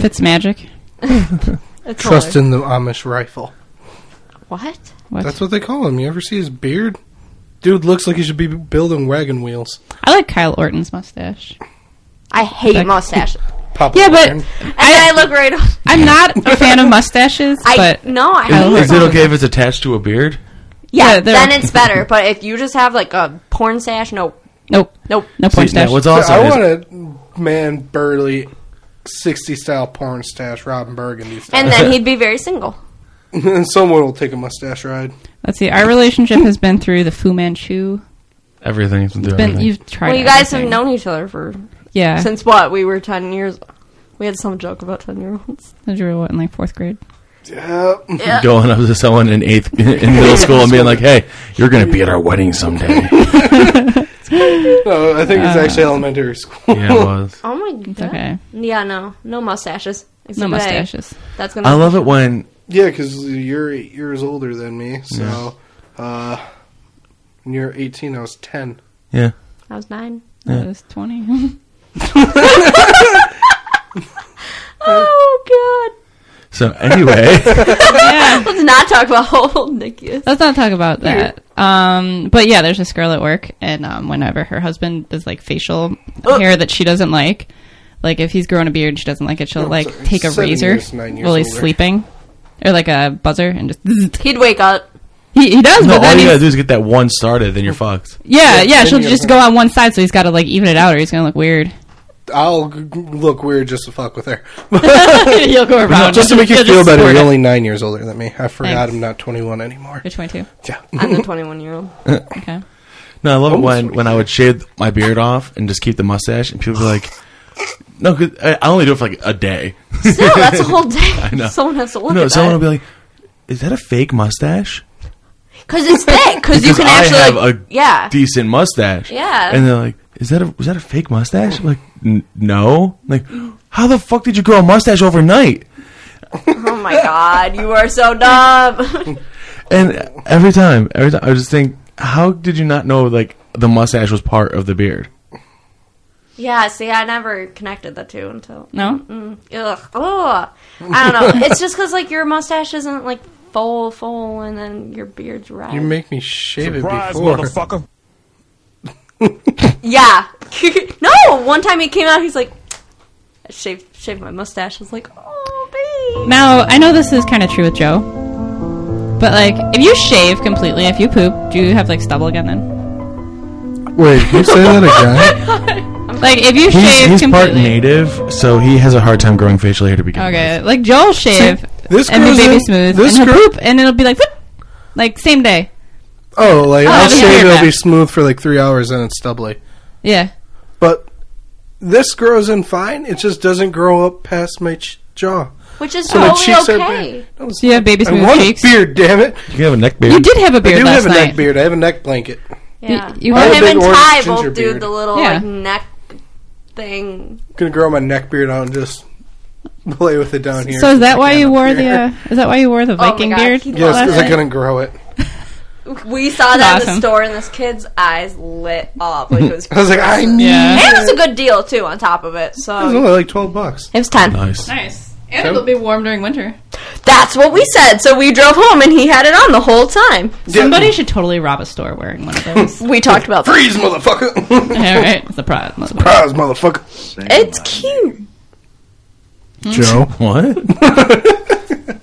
Speaker 4: Fitz magic.
Speaker 5: It's
Speaker 1: Trust in the Amish rifle.
Speaker 5: What?
Speaker 4: What?
Speaker 1: That's what they call him. You ever see his beard? Dude looks like he should be building wagon wheels.
Speaker 4: I like Kyle Orton's mustache.
Speaker 5: I hate
Speaker 4: Like-
Speaker 5: mustaches.
Speaker 1: Pop
Speaker 4: Yeah, but-
Speaker 1: iron.
Speaker 5: And I, look right off.
Speaker 4: I'm not a fan of mustaches,
Speaker 5: I
Speaker 4: but
Speaker 5: no, I
Speaker 3: Is,
Speaker 5: hate
Speaker 3: is it okay if it's attached to a beard?
Speaker 5: Yeah,
Speaker 4: they're-
Speaker 5: then it's better. But if you just have like a porn stash, no,
Speaker 4: Nope.
Speaker 5: nope.
Speaker 4: No porn
Speaker 3: See, now
Speaker 4: stash.
Speaker 3: what's
Speaker 1: So
Speaker 3: awesome
Speaker 1: I
Speaker 3: is-
Speaker 1: want a man burly, sixty style porn stash, Robin Burgundy
Speaker 5: And
Speaker 1: style.
Speaker 5: then he'd be very single.
Speaker 1: And, someone will take a mustache ride.
Speaker 4: Let's see. Our relationship has been through the Fu Manchu.
Speaker 3: everything. It's been,
Speaker 4: Been you've tried.
Speaker 5: well, you guys have
Speaker 4: everything.
Speaker 5: known each other for
Speaker 4: Yeah. Since
Speaker 5: since what? We were ten years. We had some joke about ten year olds.
Speaker 4: you were what in like fourth grade?
Speaker 1: Yep.
Speaker 3: going up to someone in eighth in middle school and being like, "Hey, you're going to be at our wedding someday."
Speaker 1: No, Oh, I think
Speaker 4: Uh,
Speaker 1: it's actually elementary school.
Speaker 3: yeah, it was.
Speaker 5: Oh my god.
Speaker 4: It's okay.
Speaker 5: Yeah, no, no mustaches. Except
Speaker 4: No
Speaker 5: for that.
Speaker 4: mustaches.
Speaker 5: That's gonna.
Speaker 3: I love it when
Speaker 1: Yeah, because you're eight years older than me. So, uh, when you're 18, I was 10.
Speaker 3: yeah.
Speaker 5: I was nine.
Speaker 4: I was twenty.
Speaker 5: Oh god.
Speaker 3: So anyway,
Speaker 5: Let's not talk about how old Nick is.
Speaker 4: Let's not talk about that. Um, but yeah, there's this girl at work, and um, whenever her husband does like facial hair that she doesn't like, like if he's growing a beard and she doesn't like it, she'll
Speaker 1: No,
Speaker 4: like
Speaker 1: it's, uh,
Speaker 4: take a
Speaker 1: seven
Speaker 4: razor
Speaker 1: years, nine years
Speaker 4: while he's
Speaker 1: older.
Speaker 4: sleeping, or like a buzzer and just
Speaker 5: He'd wake up.
Speaker 4: he, he does. but
Speaker 3: no, all
Speaker 4: then
Speaker 3: you gotta
Speaker 4: he's,
Speaker 3: do is get that one started, then you're fucked.
Speaker 4: yeah, yeah,
Speaker 1: then
Speaker 4: she'll
Speaker 1: you
Speaker 4: just
Speaker 1: gotta-
Speaker 4: go on one side, so he's got to like even it out, or he's gonna look weird.
Speaker 1: I'll g- look weird just to fuck with her.
Speaker 4: He'll go around
Speaker 1: just to make you
Speaker 4: He'll
Speaker 1: feel
Speaker 4: just
Speaker 1: better,
Speaker 4: squirt
Speaker 1: you're
Speaker 4: it.
Speaker 1: only nine years older than me. I forgot
Speaker 4: Thanks.
Speaker 1: I'm not 21 anymore.
Speaker 4: You're 22.
Speaker 1: Yeah.
Speaker 5: I'm the 21 year old.
Speaker 4: Okay.
Speaker 3: No, I love it
Speaker 1: Almost
Speaker 3: when,
Speaker 1: like
Speaker 3: when I would shave my beard off and just keep the mustache, and people be like, "No, 'cause I, I only do it for like a day."
Speaker 5: Still, that's a whole day.
Speaker 3: know.
Speaker 5: Someone has to look
Speaker 3: no, someone
Speaker 5: at someone
Speaker 3: will be like, "Is that a fake mustache?"
Speaker 5: Because it's thick. Because you
Speaker 3: Because
Speaker 5: can
Speaker 3: I
Speaker 5: actually.
Speaker 3: have
Speaker 5: like,
Speaker 3: a
Speaker 5: yeah.
Speaker 3: Decent mustache.
Speaker 5: Yeah.
Speaker 3: And they're like, "Is that a was that a fake mustache?" I'm like, N- "No." I'm like, how the fuck did you grow a mustache overnight?
Speaker 5: oh my god, you are so dumb.
Speaker 3: And every time, every time, I would just think, "How did you not know like the mustache was part of the beard?"
Speaker 5: yeah, see, I never connected the two until. mm,
Speaker 4: No.
Speaker 5: Ugh. Ugh. I don't know. it's just because, like, your mustache isn't, like, full, full, and then your beard's red.
Speaker 1: You make me shave
Speaker 6: Surprise,
Speaker 1: it before.
Speaker 6: motherfucker.
Speaker 5: yeah. no, one time he came out, he's like, I shaved, shaved my mustache. I was like, oh, babe.
Speaker 4: Now, I know this is kind of true with Joe, but like, if you shave completely, if you poop, do you have like stubble again then?
Speaker 1: Wait, can you say that again?
Speaker 4: Like, if you
Speaker 3: He's,
Speaker 4: shave
Speaker 3: he's part
Speaker 4: completely.
Speaker 3: native, so he has a hard time growing facial hair to begin with.
Speaker 4: Okay, like Joe'll shave
Speaker 1: this
Speaker 4: and be
Speaker 1: screws
Speaker 4: baby
Speaker 1: in-
Speaker 4: smooth,
Speaker 1: this
Speaker 4: and he'll
Speaker 1: screw-
Speaker 4: poop, and it'll be like, whoop, like same day.
Speaker 1: Oh, like, I'll
Speaker 4: it'll be
Speaker 1: shave
Speaker 4: weird
Speaker 1: it'll be
Speaker 4: back.
Speaker 1: smooth for like three hours and it's stubbly.
Speaker 4: Yeah.
Speaker 1: But this grows in fine. It just doesn't grow up past my ch- jaw.
Speaker 5: Which is
Speaker 1: So my
Speaker 5: totally
Speaker 1: cheeks are
Speaker 5: Oh, okay.
Speaker 1: big. No, it's
Speaker 4: Do you have baby
Speaker 1: I
Speaker 4: smooth
Speaker 1: want
Speaker 4: cheeks?
Speaker 1: a beard, damn it.
Speaker 3: You can have a neck beard.
Speaker 4: You did have a beard
Speaker 1: I do
Speaker 4: last
Speaker 1: have a
Speaker 4: night.
Speaker 1: neck beard. I have a neck blanket.
Speaker 5: Yeah.
Speaker 4: you
Speaker 5: Well,
Speaker 4: have a
Speaker 5: him
Speaker 1: big
Speaker 5: and
Speaker 1: orange
Speaker 5: Ty
Speaker 1: ginger
Speaker 5: both do
Speaker 1: beard.
Speaker 5: the little
Speaker 4: Yeah.
Speaker 5: like neck thing.
Speaker 1: gonna grow my neck beard out and just play with it down here.
Speaker 4: So is that why you
Speaker 1: Up
Speaker 4: wore
Speaker 1: here.
Speaker 4: the? Uh, is that why you wore the
Speaker 5: Oh my
Speaker 4: Viking
Speaker 5: God,
Speaker 4: beard?
Speaker 5: he
Speaker 1: Yes,
Speaker 5: last
Speaker 1: because I
Speaker 4: night?
Speaker 1: couldn't grow it.
Speaker 5: We saw that in
Speaker 4: Awesome.
Speaker 5: the store, and this kid's eyes lit up. Like it was.
Speaker 1: I was like, I need.
Speaker 4: Yeah.
Speaker 5: And it was a good deal too. On top of it,
Speaker 1: It was
Speaker 5: so
Speaker 1: only like twelve bucks.
Speaker 5: it was ten.
Speaker 3: Nice.
Speaker 4: Nice. And it'll be warm during winter.
Speaker 5: That's what we said. So we drove home, and he had it on the whole time.
Speaker 4: Somebody should totally rob a store wearing one of those. All
Speaker 5: We talked about that.
Speaker 1: Freeze, motherfucker!
Speaker 4: right, surprise. motherfucker.
Speaker 1: Surprise, motherfucker!
Speaker 5: It's cute.
Speaker 1: Joe,
Speaker 3: What?
Speaker 5: Oh,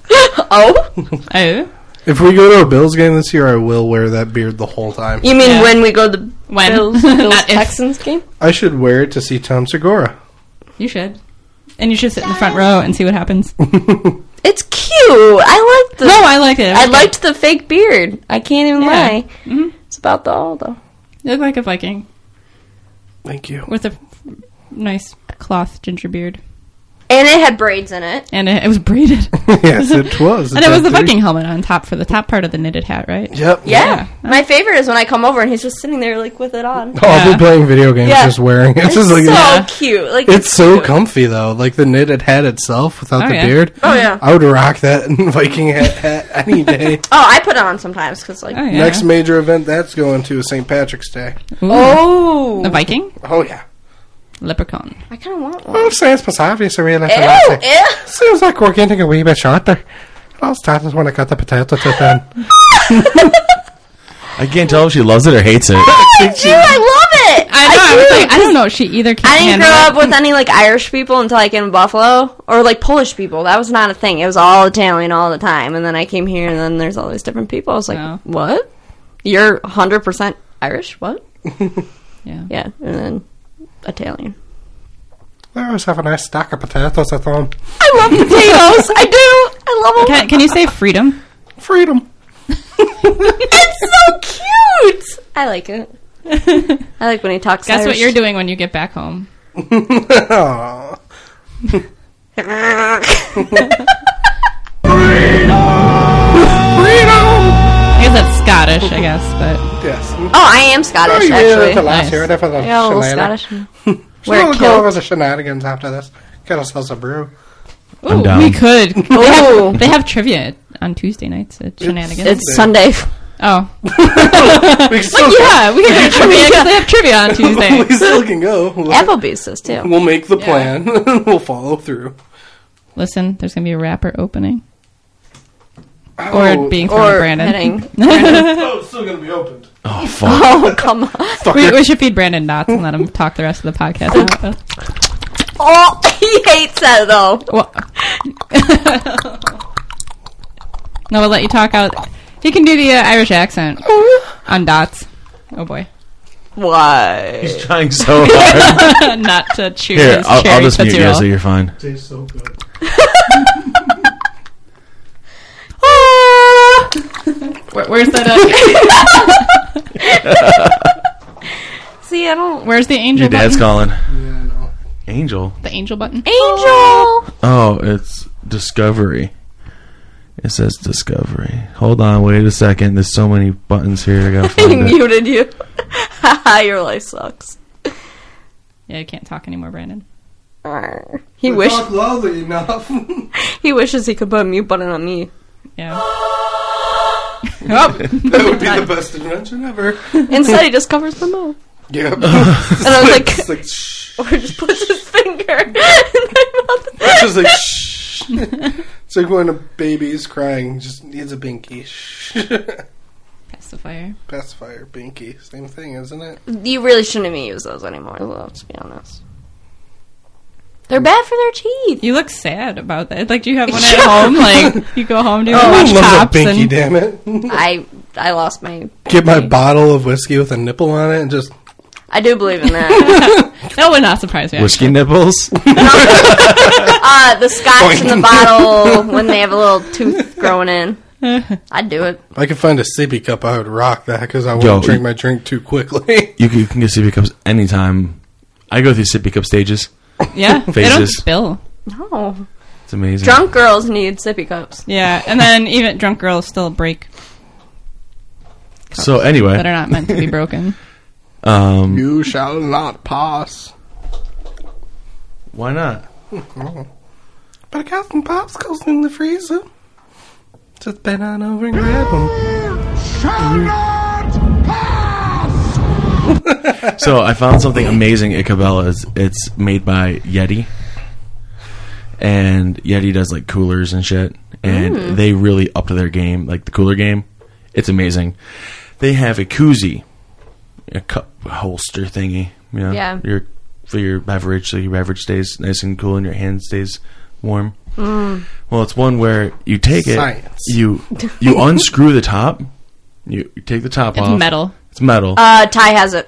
Speaker 4: Oh,
Speaker 1: if we go to a Bills game this year, I will wear that beard the whole time.
Speaker 5: you mean
Speaker 4: Yeah.
Speaker 5: when we go to the
Speaker 4: when?
Speaker 5: Bills,
Speaker 4: Not
Speaker 5: Bills
Speaker 4: if.
Speaker 5: Texans game?
Speaker 1: I should wear it to see Tom Segura.
Speaker 4: You should. And you should sit in the front row and see what happens. no,
Speaker 5: It's cute. I like the.
Speaker 4: I like it.
Speaker 5: I liked the fake beard. I can't even
Speaker 4: Yeah.
Speaker 5: lie.
Speaker 4: Mhm.
Speaker 5: It's about the all though.
Speaker 4: You look like a Viking
Speaker 1: Thank you.
Speaker 4: with a nice cloth ginger beard,
Speaker 5: And it had braids in it.
Speaker 4: and it, it was braided.
Speaker 1: yes, it was.
Speaker 4: and it was the
Speaker 1: Exactly.
Speaker 4: Viking helmet on top for the top part of the knitted hat, right?
Speaker 1: Yep.
Speaker 5: Yeah. My favorite is when I come over and he's just sitting there like with it on.
Speaker 1: Oh, I'll
Speaker 4: Yeah.
Speaker 1: be playing video games
Speaker 5: Yeah.
Speaker 1: just wearing it. It's,
Speaker 5: It's
Speaker 1: just like,
Speaker 5: so
Speaker 4: Yeah.
Speaker 5: cute. Like
Speaker 1: it's so
Speaker 5: cute.
Speaker 1: comfy though. Like the knitted hat itself without
Speaker 4: Oh,
Speaker 1: the
Speaker 4: yeah.
Speaker 1: beard.
Speaker 5: Oh yeah.
Speaker 1: I would rock that Viking hat, hat any day.
Speaker 5: Oh, I put it on sometimes because like
Speaker 4: Oh, yeah.
Speaker 1: Next major event that's going to is St. Patrick's Day.
Speaker 4: Ooh.
Speaker 5: oh,
Speaker 4: A Viking?
Speaker 1: Oh yeah.
Speaker 4: Leprechaun.
Speaker 5: I kind of want one.
Speaker 1: Well, since Pasavi, so we like
Speaker 5: Ew,
Speaker 1: to
Speaker 5: ew.
Speaker 1: Seems like we're getting a wee bit shorter. It all started when I got the potato chip in.
Speaker 3: I can't tell if she loves it or hates it.
Speaker 5: Dude, I love it.
Speaker 4: I know. I, was
Speaker 5: do.
Speaker 4: like, I don't know. She either can't
Speaker 5: I didn't
Speaker 4: handle
Speaker 5: grow
Speaker 4: it.
Speaker 5: up with any like Irish people until like in Buffalo or like Polish people. That was not a thing. It was all Italian all the time. And then I came here, and then there's all these different people. I was like,
Speaker 4: Wow.
Speaker 5: what? You're 100% Irish? What?
Speaker 4: Yeah.
Speaker 5: Yeah, and then Italian.
Speaker 1: I always have a nice stack of potatoes at home.
Speaker 5: I love potatoes. I do. I love them.
Speaker 4: Can, can you say freedom?
Speaker 1: Freedom.
Speaker 5: It's so cute. I like it. I like when he talks.
Speaker 4: That's what
Speaker 5: Irish.
Speaker 4: you're doing when you get back home.
Speaker 1: Aw.
Speaker 4: I guess that's Scottish, I guess, but
Speaker 1: Yes.
Speaker 5: Oh, I am Scottish actually.
Speaker 1: the last
Speaker 4: Nice.
Speaker 1: year. That's the
Speaker 5: Yeah, a little
Speaker 1: shenanigans.
Speaker 5: Scottish.
Speaker 1: So we'll
Speaker 5: Wear a
Speaker 1: go over
Speaker 5: kilt.
Speaker 1: the shenanigans after this. Get ourselves a brew.
Speaker 3: I'm
Speaker 4: Ooh,
Speaker 3: down.
Speaker 4: we could. They
Speaker 5: Oh,
Speaker 4: have, they have trivia on Tuesday nights at Shenanigans.
Speaker 5: it's Sunday.
Speaker 4: oh,
Speaker 1: We can still,
Speaker 4: yeah, we can do trivia because they have trivia on Tuesday.
Speaker 1: we still can go. We'll,
Speaker 5: Applebee's says too.
Speaker 1: we'll make the plan. we'll follow through.
Speaker 4: Listen, there's gonna be a rapper opening or
Speaker 1: Oh,
Speaker 4: being thrown at
Speaker 5: Or
Speaker 4: Brandon.
Speaker 5: hitting.
Speaker 1: oh, it's still gonna be opened.
Speaker 3: Oh fuck!
Speaker 5: Oh come on!
Speaker 4: We, we should feed Brandon Knotts and let him talk the rest of the podcast. out.
Speaker 5: Oh, he hates that though.
Speaker 4: Well- no, we'll let you talk out. He can do the uh, Irish accent on dots. Oh boy,
Speaker 5: Why?
Speaker 3: He's trying so hard.
Speaker 4: not to chew
Speaker 3: Here,
Speaker 4: his
Speaker 3: I'll,
Speaker 4: cherry
Speaker 3: I'll just mute
Speaker 4: Tootsie
Speaker 3: you,
Speaker 4: Roll.
Speaker 3: so you're fine.
Speaker 6: Tastes so good.
Speaker 4: Where- Where's that? Uh,
Speaker 5: See, I don't.
Speaker 4: where's the angel?
Speaker 3: Your dad's
Speaker 4: button?
Speaker 3: calling.
Speaker 1: Yeah, I know.
Speaker 3: Angel.
Speaker 4: The angel button.
Speaker 5: Angel.
Speaker 3: Oh, it's Discovery. It says Discovery. Hold on, wait a second. There's so many buttons here. I gotta
Speaker 5: He
Speaker 3: find it.
Speaker 5: muted you. Haha, Your life sucks.
Speaker 4: Yeah, you can't talk anymore, Brandon.
Speaker 5: Arr. He
Speaker 1: We
Speaker 5: wish
Speaker 1: talk loudly enough.
Speaker 5: he wishes he could put a mute button on me.
Speaker 4: Yeah.
Speaker 1: that would be the best invention ever.
Speaker 5: Instead, he just covers the mouth.
Speaker 1: Yep.
Speaker 5: And I was like,
Speaker 1: it's like shh.
Speaker 5: or just puts his finger in my mouth.
Speaker 1: It's just like shh. It's like when a baby's crying, just needs a binky. Shh.
Speaker 4: Pacifier.
Speaker 1: Pacifier, binky, same thing, isn't it?
Speaker 5: You really shouldn't even use those anymore, though, to be honest. They're bad for their teeth.
Speaker 4: You look sad about that. Like, do you have one at home? Like, you go home to
Speaker 1: Oh, I
Speaker 4: Oh, watch
Speaker 1: love that
Speaker 4: cops
Speaker 1: binky,
Speaker 4: and
Speaker 1: damn it.
Speaker 5: I I lost my.
Speaker 1: Get my bottle of whiskey with a nipple on it and just
Speaker 5: I do believe in that.
Speaker 4: that would not surprise me.
Speaker 3: Whiskey nipples.
Speaker 5: uh, the scotch in the bottle when they have a little tooth growing in. I'd do it.
Speaker 1: If I could find a sippy cup, I would rock that because I
Speaker 3: Yo,
Speaker 1: wouldn't drink
Speaker 3: you-
Speaker 1: my drink too quickly.
Speaker 3: You can, you can get sippy cups anytime. I go through sippy cup stages.
Speaker 4: Yeah, they don't
Speaker 3: Faces.
Speaker 4: spill.
Speaker 5: No,
Speaker 3: It's amazing.
Speaker 5: drunk girls need sippy cups.
Speaker 4: Yeah, and then even drunk girls still break
Speaker 3: So
Speaker 4: that are
Speaker 3: anyway,
Speaker 4: not meant to be broken.
Speaker 3: um,
Speaker 1: you shall not pass.
Speaker 3: why not?
Speaker 1: But I got some popsicles in the freezer. Just bend on over and grab them.
Speaker 3: So I found something amazing at Cabela's. It's made by Yeti, and Yeti does like coolers and shit, and
Speaker 4: Mm.
Speaker 3: they really upped their game, like the cooler game. It's amazing. They have a koozie, a cup holster thingy. You know,
Speaker 5: Yeah.
Speaker 3: Your for your beverage, so your beverage stays nice and cool, and your hand stays warm.
Speaker 4: Mm.
Speaker 3: Well, it's one where you take
Speaker 1: Science.
Speaker 3: it, you you unscrew the top, you, you take the top
Speaker 4: It's
Speaker 3: off.
Speaker 4: metal.
Speaker 3: It's metal
Speaker 5: Uh, Ty has it.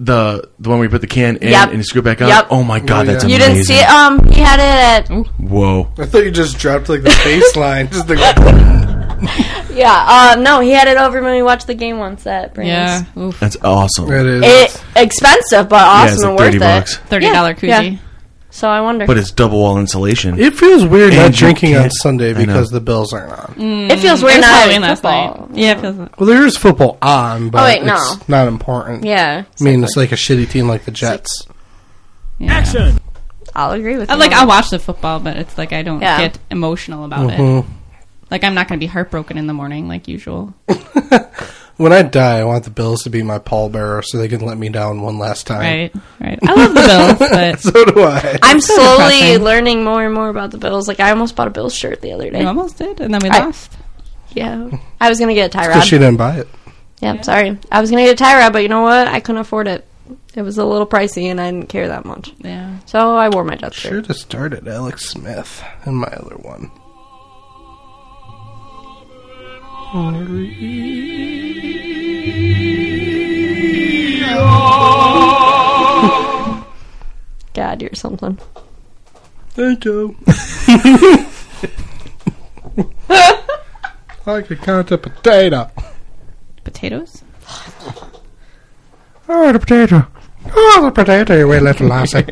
Speaker 3: the the one where you put the can in
Speaker 5: Yep.
Speaker 3: and you screw it back on.
Speaker 5: Yep.
Speaker 3: Oh my god,
Speaker 1: Oh,
Speaker 3: that's
Speaker 1: yeah.
Speaker 5: You
Speaker 3: amazing.
Speaker 5: didn't see it. Um, he had it at
Speaker 3: Whoa.
Speaker 1: I thought you just dropped like the baseline. just like,
Speaker 5: yeah. Uh, no, he had it over when we watched the game once at Brandon's.
Speaker 4: Yeah, oof,
Speaker 3: That's awesome.
Speaker 1: it is.
Speaker 4: Eh.
Speaker 5: It expensive, but
Speaker 3: yeah,
Speaker 5: awesome
Speaker 3: it's
Speaker 5: and
Speaker 3: like
Speaker 5: worth
Speaker 3: 30
Speaker 5: it.
Speaker 3: bucks.
Speaker 4: thirty dollar
Speaker 5: Yeah,
Speaker 4: koozie.
Speaker 5: yeah. So I wonder.
Speaker 3: But it's double wall insulation.
Speaker 1: It feels weird
Speaker 3: And
Speaker 1: not
Speaker 3: you
Speaker 1: drinking on
Speaker 3: can't-
Speaker 1: Sunday
Speaker 3: I know.
Speaker 1: because the Bills aren't on.
Speaker 5: Mm, it feels weird
Speaker 4: It's
Speaker 5: not
Speaker 4: Halloween
Speaker 5: having
Speaker 4: last
Speaker 5: football.
Speaker 4: night. Yeah, it feels.
Speaker 1: Well, there is football on, but
Speaker 5: Oh, wait, no.
Speaker 1: it's not important.
Speaker 5: Yeah,
Speaker 1: I mean, it's like a shitty team like the Jets.
Speaker 4: Yeah.
Speaker 7: Action!
Speaker 5: I'll agree with
Speaker 4: I
Speaker 5: you.
Speaker 4: like I watch the football, but it's like I don't
Speaker 5: Yeah.
Speaker 4: get emotional about it.
Speaker 1: Mhm.
Speaker 4: Like I'm not going to be heartbroken in the morning like usual.
Speaker 1: When I die, I want the Bills to be my pallbearer so they can let me down one last time.
Speaker 4: Right, right. I love the Bills, but
Speaker 1: So do I.
Speaker 5: I'm
Speaker 4: so
Speaker 5: slowly
Speaker 4: depressing.
Speaker 5: learning more and more about the Bills. Like I almost bought a Bills shirt the other day.
Speaker 4: you almost did, and then we
Speaker 5: I-
Speaker 4: lost.
Speaker 5: Yeah, I was gonna get a
Speaker 1: Because
Speaker 5: Tyrod.
Speaker 1: she didn't buy it.
Speaker 5: yeah, sorry, I was gonna get a Tyrod, but you know what? I couldn't afford it. It was a little pricey, and I didn't care that much.
Speaker 4: Yeah,
Speaker 5: So I wore my Jets shirt.
Speaker 1: Should have started Alex Smith and my other one.
Speaker 5: something.
Speaker 1: Thank you. like a count of potato.
Speaker 4: Potatoes?
Speaker 3: Oh, the potato.
Speaker 1: Oh, the potato, you wee little lassie.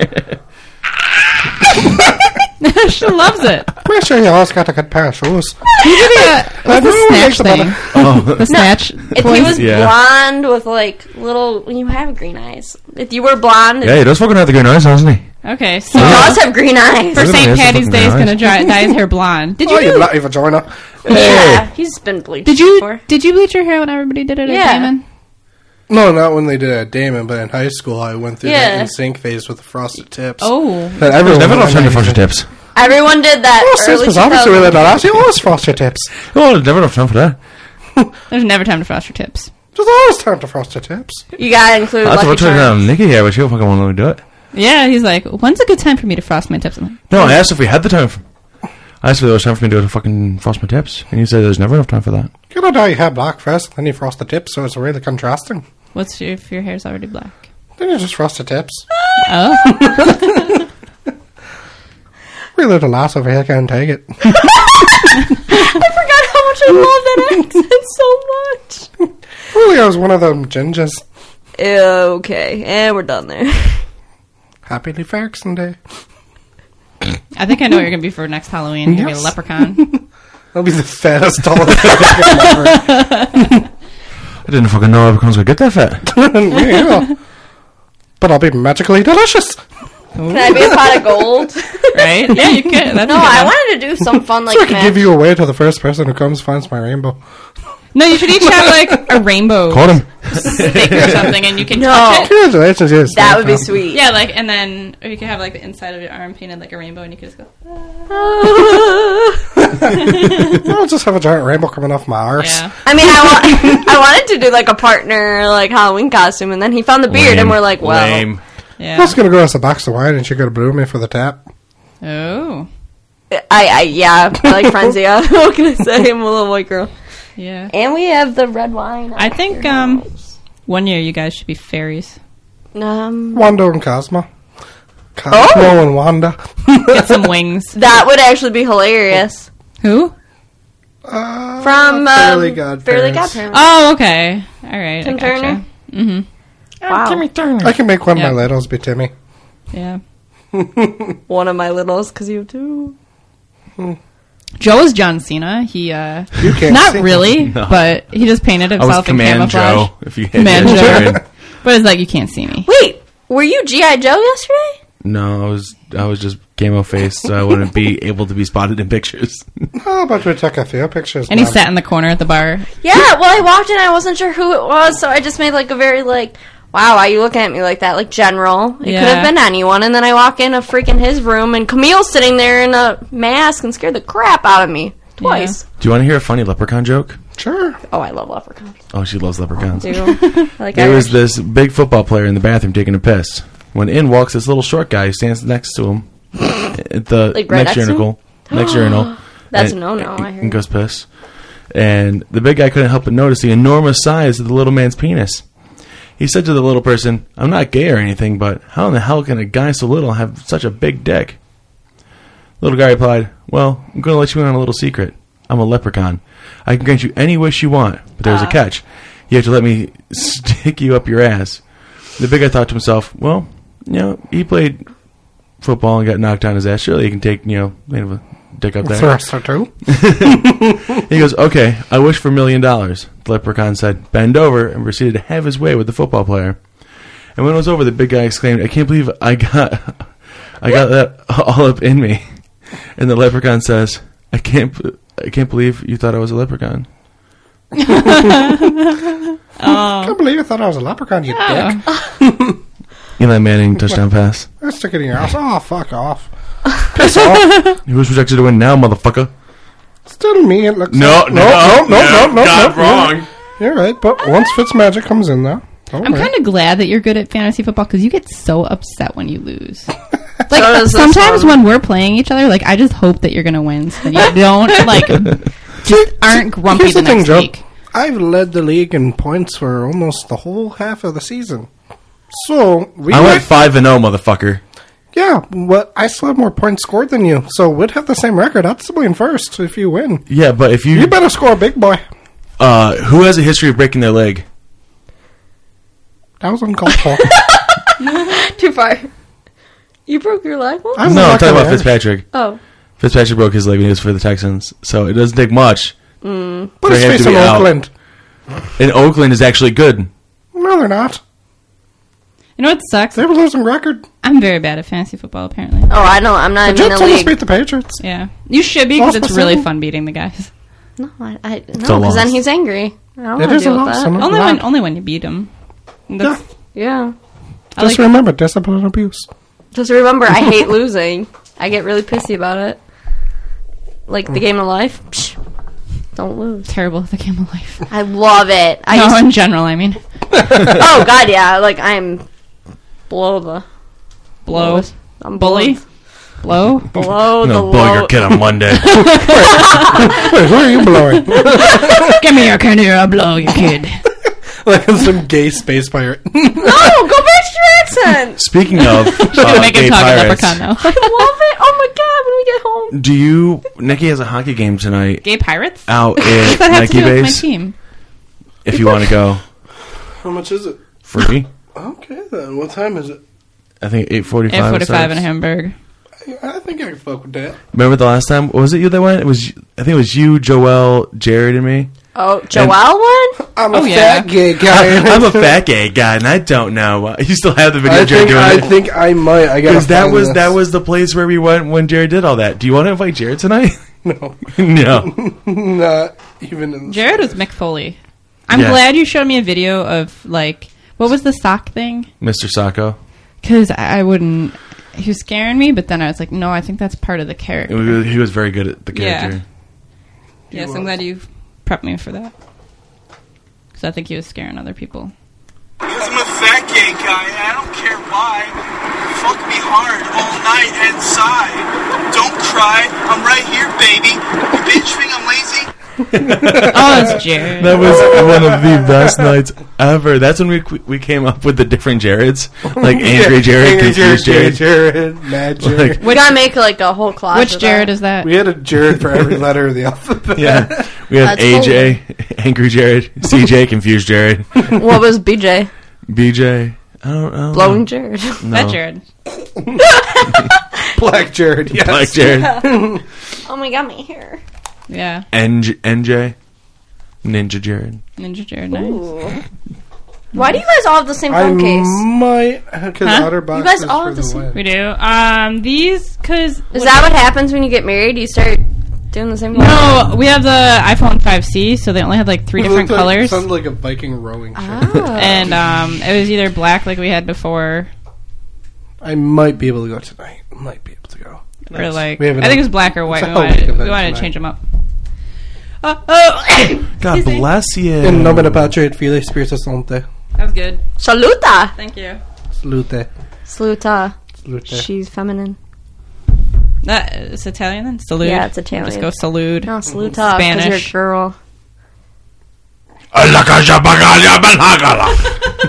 Speaker 4: she loves it.
Speaker 1: Pretty sure you always got a good pair of shoes.
Speaker 4: You did a,
Speaker 1: I
Speaker 4: like the
Speaker 1: really
Speaker 4: snatch
Speaker 1: like the
Speaker 4: thing.
Speaker 3: Oh,
Speaker 4: The snatch.
Speaker 5: If he was
Speaker 3: Yeah.
Speaker 5: blonde with like little, you have green eyes. If you were blonde,
Speaker 3: yeah, he does fucking have the green eyes, doesn't he?
Speaker 4: Okay, so
Speaker 5: he does have green eyes.
Speaker 4: for St.
Speaker 3: Look at him, he has the
Speaker 4: Patty's
Speaker 3: fucking
Speaker 4: Day, he's
Speaker 3: eyes.
Speaker 4: gonna dry, dye his hair blonde. Did
Speaker 1: Oh,
Speaker 4: you?
Speaker 1: you
Speaker 4: do-
Speaker 1: bloody vagina.
Speaker 5: Yeah, he's been bleached.
Speaker 4: did you?
Speaker 5: Before.
Speaker 4: Did you bleach your hair when everybody did it? at
Speaker 5: Yeah.
Speaker 4: Damon?
Speaker 1: No, not when they did it at Damon, but in high school, I went through
Speaker 5: Yeah.
Speaker 1: that in sync phase with the frosted tips.
Speaker 4: Oh,
Speaker 1: That everyone
Speaker 3: Never
Speaker 1: I
Speaker 3: lost
Speaker 1: mean,
Speaker 3: your fucking tips.
Speaker 5: Everyone did that.
Speaker 1: Oh, sis,
Speaker 5: early
Speaker 1: because obviously
Speaker 5: 2000s.
Speaker 1: we're not actually always frosted tips.
Speaker 3: Oh, never enough time for that.
Speaker 4: there's never time to frost your tips.
Speaker 1: There's always time to frosted tips.
Speaker 5: You gotta include
Speaker 3: That's what
Speaker 5: Lucky
Speaker 3: I
Speaker 5: Charms.
Speaker 3: told Nikki here, but she don't fucking want to let me do it.
Speaker 4: Yeah, he's like, when's a good time for me to frost my tips? I'm like,
Speaker 3: No, I asked if we had the time. For, I asked if there was time for me to do a fucking frost my tips, and you said there's never enough time for that.
Speaker 1: You know how you have black first, then you frost the tips, so it's really contrasting.
Speaker 4: what's your, if your hair's already black?
Speaker 1: Then you just frost the tips.
Speaker 4: Oh,
Speaker 1: We little lass over here can't take it.
Speaker 5: I forgot how much I love that accent so much.
Speaker 1: Really, I was one of them gingers.
Speaker 5: Okay, and we're done there.
Speaker 1: Happy Lee Ferguson Day.
Speaker 4: I think I know what you're gonna be for next Halloween. You're gonna be a
Speaker 1: Yes.
Speaker 4: leprechaun.
Speaker 1: That'll be the fattest doll ever.
Speaker 3: I didn't fucking know leprechauns could get that fat.
Speaker 1: Yeah. But I'll be magically delicious.
Speaker 5: Can I be a pot of gold?
Speaker 4: right? Yeah, you could. That's a
Speaker 5: No,
Speaker 4: good
Speaker 5: I
Speaker 4: one.
Speaker 5: wanted to do some fun like
Speaker 1: I could
Speaker 5: that.
Speaker 1: give you away to the first person who comes finds my rainbow.
Speaker 4: No, you should each have like a rainbow
Speaker 3: Caught him.
Speaker 4: stick or something, and you can
Speaker 5: No.
Speaker 4: touch it.
Speaker 1: Congratulations, yes.
Speaker 5: that would be
Speaker 1: Tom.
Speaker 5: sweet.
Speaker 4: Yeah, like, and then or you could have like the inside of your arm painted like a rainbow, and you could just go.
Speaker 1: I'll just have a giant rainbow coming off my arse.
Speaker 4: Yeah.
Speaker 5: I mean, I, wa- I wanted to do like a partner like Halloween costume, and then he found the beard, and we're like, well,
Speaker 3: Lame.
Speaker 1: I
Speaker 4: Yeah.
Speaker 1: was going to go as a box of wine and she could have blew me for the tap.
Speaker 4: Oh.
Speaker 5: I, I yeah, I like Frenzia. what can I say? I'm a little white girl.
Speaker 4: Yeah.
Speaker 5: And we have the red wine.
Speaker 4: I think um, one year you guys should be fairies.
Speaker 5: Um,
Speaker 1: Wanda and Cosmo. Cosmo
Speaker 5: Oh.
Speaker 1: and Wanda.
Speaker 4: Get some wings.
Speaker 5: that would actually be hilarious.
Speaker 4: Who?
Speaker 1: Uh,
Speaker 5: From um,
Speaker 1: Fairly Godparents.
Speaker 5: Fairly Godparents.
Speaker 4: Oh, okay. All right.
Speaker 5: Tim
Speaker 4: I gotcha.
Speaker 5: Turner?
Speaker 4: Mm-hmm.
Speaker 5: wow.
Speaker 1: I can make one
Speaker 4: Yeah.
Speaker 1: of my littles be Timmy.
Speaker 4: Yeah.
Speaker 5: One of my littles, because you have two.
Speaker 4: Joe is John Cena. He uh,
Speaker 1: You can't
Speaker 4: not
Speaker 1: sing.
Speaker 4: really,
Speaker 3: No.
Speaker 4: but he just painted
Speaker 3: I was
Speaker 4: himself in
Speaker 3: Command
Speaker 4: camouflage.
Speaker 3: Joe. If you
Speaker 4: Command
Speaker 3: if you
Speaker 4: Joe.
Speaker 3: didn't.
Speaker 4: But it's like you can't see me.
Speaker 5: Wait, were you GI Joe yesterday?
Speaker 3: No, I was I was just camo faced, so I wouldn't be able to be spotted in pictures.
Speaker 1: Oh, but we took a few pictures.
Speaker 4: And he
Speaker 1: man.
Speaker 4: sat in the corner at the bar.
Speaker 5: Yeah. Well, I walked in, I wasn't sure who it was, so I just made like a very like, wow, why are you looking at me like that? Like general. It could
Speaker 4: Yeah.
Speaker 5: have been anyone. And then I walk in a freaking his room, and Camille's sitting there in a mask and scared the crap out of me twice.
Speaker 3: Do you want to hear a funny leprechaun joke?
Speaker 1: Sure.
Speaker 5: Oh, I love leprechauns
Speaker 3: Oh, she loves leprechauns.
Speaker 5: too. like I
Speaker 3: There was this big football player in the bathroom taking a piss. When in walks this little short guy who stands next to him at the
Speaker 5: Like right
Speaker 3: next
Speaker 5: next to him?
Speaker 3: urinal. Next urinal.
Speaker 5: That's
Speaker 3: and-
Speaker 5: a no-no, I heard.
Speaker 3: And goes piss. And the big guy couldn't help but notice the enormous size of the little man's penis. He said to the little person, I'm not gay or anything, but how in the hell can a guy so little have such a big dick? Little guy replied, Well, I'm going to let you in on a little secret. I'm a leprechaun. I can grant you any wish you want, but there's a catch. You have to let me stick you up your ass. The big guy thought to himself, Well, you know, he played football and got knocked on his ass. Surely he can take, you know, made of a dick up there.
Speaker 1: Thrust or two.
Speaker 3: He goes, Okay, I wish for a million dollars. The leprechaun said, Bend over, and proceeded to have his way with the football player. And when it was over, the big guy exclaimed, I can't believe I got I got that all up in me. And the leprechaun says, I can't b- I can't believe you thought I was a leprechaun.
Speaker 4: Oh.
Speaker 1: I can't believe you thought I was a leprechaun, you dick.
Speaker 3: Eli Manning touchdown pass.
Speaker 1: I stick it in your ass. Oh, fuck off.
Speaker 3: Who's projected to win now, motherfucker?
Speaker 1: Still me, it looks
Speaker 3: No,
Speaker 1: like-
Speaker 3: no,
Speaker 1: no, no, no, no,
Speaker 3: God,
Speaker 1: no.
Speaker 3: wrong.
Speaker 1: You're right, but once Fitzmagic comes in, though. don't
Speaker 4: I'm
Speaker 1: worry.
Speaker 4: kind of glad that you're good at fantasy football because you get so upset when you lose. Like
Speaker 5: So does this
Speaker 4: sometimes
Speaker 5: one.
Speaker 4: when we're playing each other, like I just hope that you're gonna win, so that you don't like just aren't grumpy
Speaker 1: Here's
Speaker 4: the,
Speaker 1: the thing,
Speaker 4: next
Speaker 1: Joe.
Speaker 4: week.
Speaker 1: I've led the league in points for almost the whole half of the season. So we
Speaker 3: I
Speaker 1: might,
Speaker 3: went 5 and 0, oh, motherfucker.
Speaker 1: Yeah, what I still have more points scored than you, so we'd have the same record. I'd still be in first if you win.
Speaker 3: Yeah, but if you,
Speaker 1: You better score, big boy.
Speaker 3: uh, who has a history of breaking their leg?
Speaker 1: That was uncalled for.
Speaker 5: Too far. You broke your leg? Well,
Speaker 1: I'm
Speaker 3: no, I'm
Speaker 1: not
Speaker 3: talking
Speaker 1: gonna
Speaker 3: about
Speaker 1: ask.
Speaker 3: Fitzpatrick.
Speaker 5: oh.
Speaker 3: Fitzpatrick broke his leg when he was for the Texans, so it doesn't take much.
Speaker 1: Put his
Speaker 3: him
Speaker 1: face
Speaker 3: to
Speaker 1: in
Speaker 3: be out.
Speaker 1: Oakland.
Speaker 3: And Oakland is actually good.
Speaker 1: No, they're not.
Speaker 4: You know what sucks?
Speaker 1: They have a losing record.
Speaker 4: I'm very bad at fantasy football, apparently.
Speaker 5: Oh, I don't. I'm not
Speaker 1: The
Speaker 5: even in
Speaker 1: Jets
Speaker 5: the
Speaker 1: almost
Speaker 5: league.
Speaker 1: beat the Patriots.
Speaker 4: Yeah. You should be because
Speaker 1: Lost
Speaker 4: it's
Speaker 1: by
Speaker 4: really
Speaker 1: seven?
Speaker 4: fun beating the guys.
Speaker 5: No, I, I no,
Speaker 3: a
Speaker 5: because then
Speaker 3: loss.
Speaker 5: he's angry. I
Speaker 1: It
Speaker 5: don't want to
Speaker 1: is a
Speaker 5: deal with
Speaker 1: loss.
Speaker 5: that.
Speaker 1: I'm not
Speaker 4: Only
Speaker 1: allowed.
Speaker 4: when only when you beat them. That's,
Speaker 1: Yeah.
Speaker 5: Yeah.
Speaker 4: I
Speaker 1: Just
Speaker 4: like-
Speaker 1: remember discipline and abuse.
Speaker 5: Just remember, I hate losing. I get really pissy about it. Like the game of life. Psh, don't lose.
Speaker 4: terrible at the game of life.
Speaker 5: I love it. I
Speaker 4: no,
Speaker 5: used,
Speaker 4: in general, I mean.
Speaker 5: oh god, yeah. Like I'm below the
Speaker 4: Blow.
Speaker 5: I'm
Speaker 4: Bully. Blow.
Speaker 5: below, below
Speaker 3: No,
Speaker 5: the
Speaker 3: blow
Speaker 5: low.
Speaker 3: your kid on Monday.
Speaker 1: Wait, who are you blowing?
Speaker 4: Give me your candy or I'll blow your kid.
Speaker 1: like I'm some gay space pirate.
Speaker 5: No, go back to your accent.
Speaker 3: Speaking of, uh,
Speaker 4: Gonna make
Speaker 3: gay
Speaker 4: him talk
Speaker 3: pirates,
Speaker 4: leprechaun, though.
Speaker 5: I love it. Oh my god, when we get home.
Speaker 3: do you? Nikki has a hockey game tonight
Speaker 4: Gay pirates?
Speaker 3: out
Speaker 4: that
Speaker 3: at
Speaker 4: has to
Speaker 3: Uh, Nike
Speaker 4: do with my
Speaker 3: Base.
Speaker 4: team.
Speaker 3: If you want to go,
Speaker 1: How much is it?
Speaker 3: free.
Speaker 1: Okay then. What time is it?
Speaker 3: I think eight forty-five.
Speaker 4: At 45 in
Speaker 3: half.
Speaker 4: Hamburg.
Speaker 1: I think I can fuck with that.
Speaker 3: Remember the last time? Was it you that went? It was I think it was you, Joel, Jared, and me.
Speaker 5: Oh, Joelle one.
Speaker 1: I'm
Speaker 4: Oh,
Speaker 1: a
Speaker 4: yeah.
Speaker 1: fat gay guy.
Speaker 3: I'm a fat gay guy, and I don't know. You still have the video
Speaker 1: I
Speaker 3: of Jared
Speaker 1: think
Speaker 3: doing
Speaker 1: I
Speaker 3: it
Speaker 1: think I might. I got
Speaker 3: because that was that was the place where we went when Jared did all that. Do you want to invite Jared tonight?
Speaker 1: no,
Speaker 3: no.
Speaker 1: not even in the
Speaker 4: Jared was Mick Foley. I'm
Speaker 3: Yeah.
Speaker 4: glad you showed me a video of, like, what was the sock thing?
Speaker 3: Mr. Sacco.
Speaker 4: Because I, I wouldn't. He was scaring me, but then I was like, no, I think that's part of the character.
Speaker 3: It was- He was very good at the
Speaker 4: Yeah.
Speaker 3: character.
Speaker 4: yes, I'm
Speaker 1: was.
Speaker 4: glad you prepped me for that. Because I think he was scaring other people.
Speaker 8: Because I'm a fat gay guy, and I don't care why. Fuck me hard all night and sigh. Don't cry, I'm right here, baby. You bitch think I'm lazy?
Speaker 4: Oh, it's Jared.
Speaker 3: That was one of the best nights ever. That's when we we came up with the different Jareds, like angry Jared,
Speaker 1: Angry
Speaker 3: confused Jared.
Speaker 1: Jared, Jared, Mad Jared.
Speaker 3: Like,
Speaker 5: We gotta make like a whole closet.
Speaker 4: Which Jared is that?
Speaker 1: we had a Jared for every letter of the alphabet.
Speaker 3: yeah, we had
Speaker 5: That's
Speaker 3: AJ, angry Jared, CJ, confused Jared,
Speaker 5: What was BJ?
Speaker 3: BJ. I don't, I don't
Speaker 5: Blowing
Speaker 3: know.
Speaker 5: Jared.
Speaker 3: Mm.
Speaker 4: That Jared.
Speaker 1: Black Jared. Yes.
Speaker 3: Black Jared,
Speaker 5: Oh my god, my hair.
Speaker 4: Yeah.
Speaker 3: NJ, NJ, Ninja Jared.
Speaker 4: Ninja Jared. Nice.
Speaker 5: Why do you guys all have the same
Speaker 1: I
Speaker 5: phone case?
Speaker 1: might because
Speaker 4: Huh?
Speaker 1: Otterbox.
Speaker 5: You guys
Speaker 1: is
Speaker 5: all
Speaker 1: for
Speaker 5: have the
Speaker 1: the
Speaker 5: same-
Speaker 1: win.
Speaker 4: We do. Um, these, because.
Speaker 5: Is that what happens when you get married? You start doing the same.
Speaker 4: No, we have the iPhone 5C, so they only had like three
Speaker 1: It
Speaker 4: different
Speaker 1: looked like-
Speaker 4: colors.
Speaker 1: Sounds like a Viking rowing
Speaker 5: Ah.
Speaker 1: ship.
Speaker 4: And um, it was either black, like we had before,
Speaker 1: I might be able to go tonight. Might be able to go.
Speaker 4: or like.
Speaker 1: We
Speaker 4: I
Speaker 1: have an-
Speaker 4: think it was black or white.
Speaker 1: it's a
Speaker 4: We
Speaker 1: whole
Speaker 4: wanted,
Speaker 1: week
Speaker 4: we
Speaker 1: event
Speaker 4: wanted to
Speaker 1: tonight.
Speaker 4: change them up. Oh, oh.
Speaker 3: God
Speaker 4: Excuse me.
Speaker 3: bless you.
Speaker 1: In nomine patri et filii spiritus sancti.
Speaker 4: that was good.
Speaker 5: Saluta.
Speaker 4: Thank you.
Speaker 1: Salute.
Speaker 5: Saluta.
Speaker 1: Salute.
Speaker 5: She's feminine.
Speaker 4: That it's Italian then. Salute.
Speaker 5: Yeah, it's Italian.
Speaker 4: Just go salute.
Speaker 5: No, saluta.
Speaker 4: Spanish.
Speaker 5: Because you're a girl.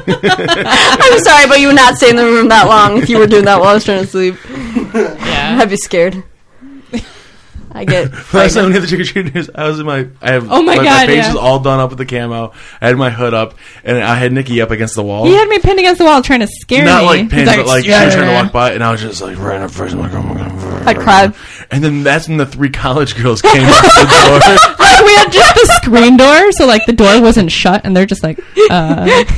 Speaker 5: I'm sorry, but you would not stay in the room that long if you were doing that while I was trying to sleep.
Speaker 4: Yeah.
Speaker 5: I'd be scared. I get.
Speaker 3: Last time
Speaker 5: frightened.
Speaker 3: we had the trick or treaters, I was in my. I have,
Speaker 4: Oh my God,
Speaker 3: face
Speaker 4: yeah.
Speaker 3: was all done up with the camo. I had my hood up, and I had Nikki up against the wall.
Speaker 4: He had me pinned against the wall, trying to scare
Speaker 3: Not
Speaker 4: me.
Speaker 3: like
Speaker 4: He's
Speaker 3: pinned, but like she was trying to
Speaker 4: "Yeah."
Speaker 3: walk by, and I was just like right up first. I'm like, oh my god.
Speaker 5: I cried.
Speaker 3: And then that's when the three college girls came up the door.
Speaker 4: Like, we had just the screen door, so like the door wasn't shut, and they're just like, uh,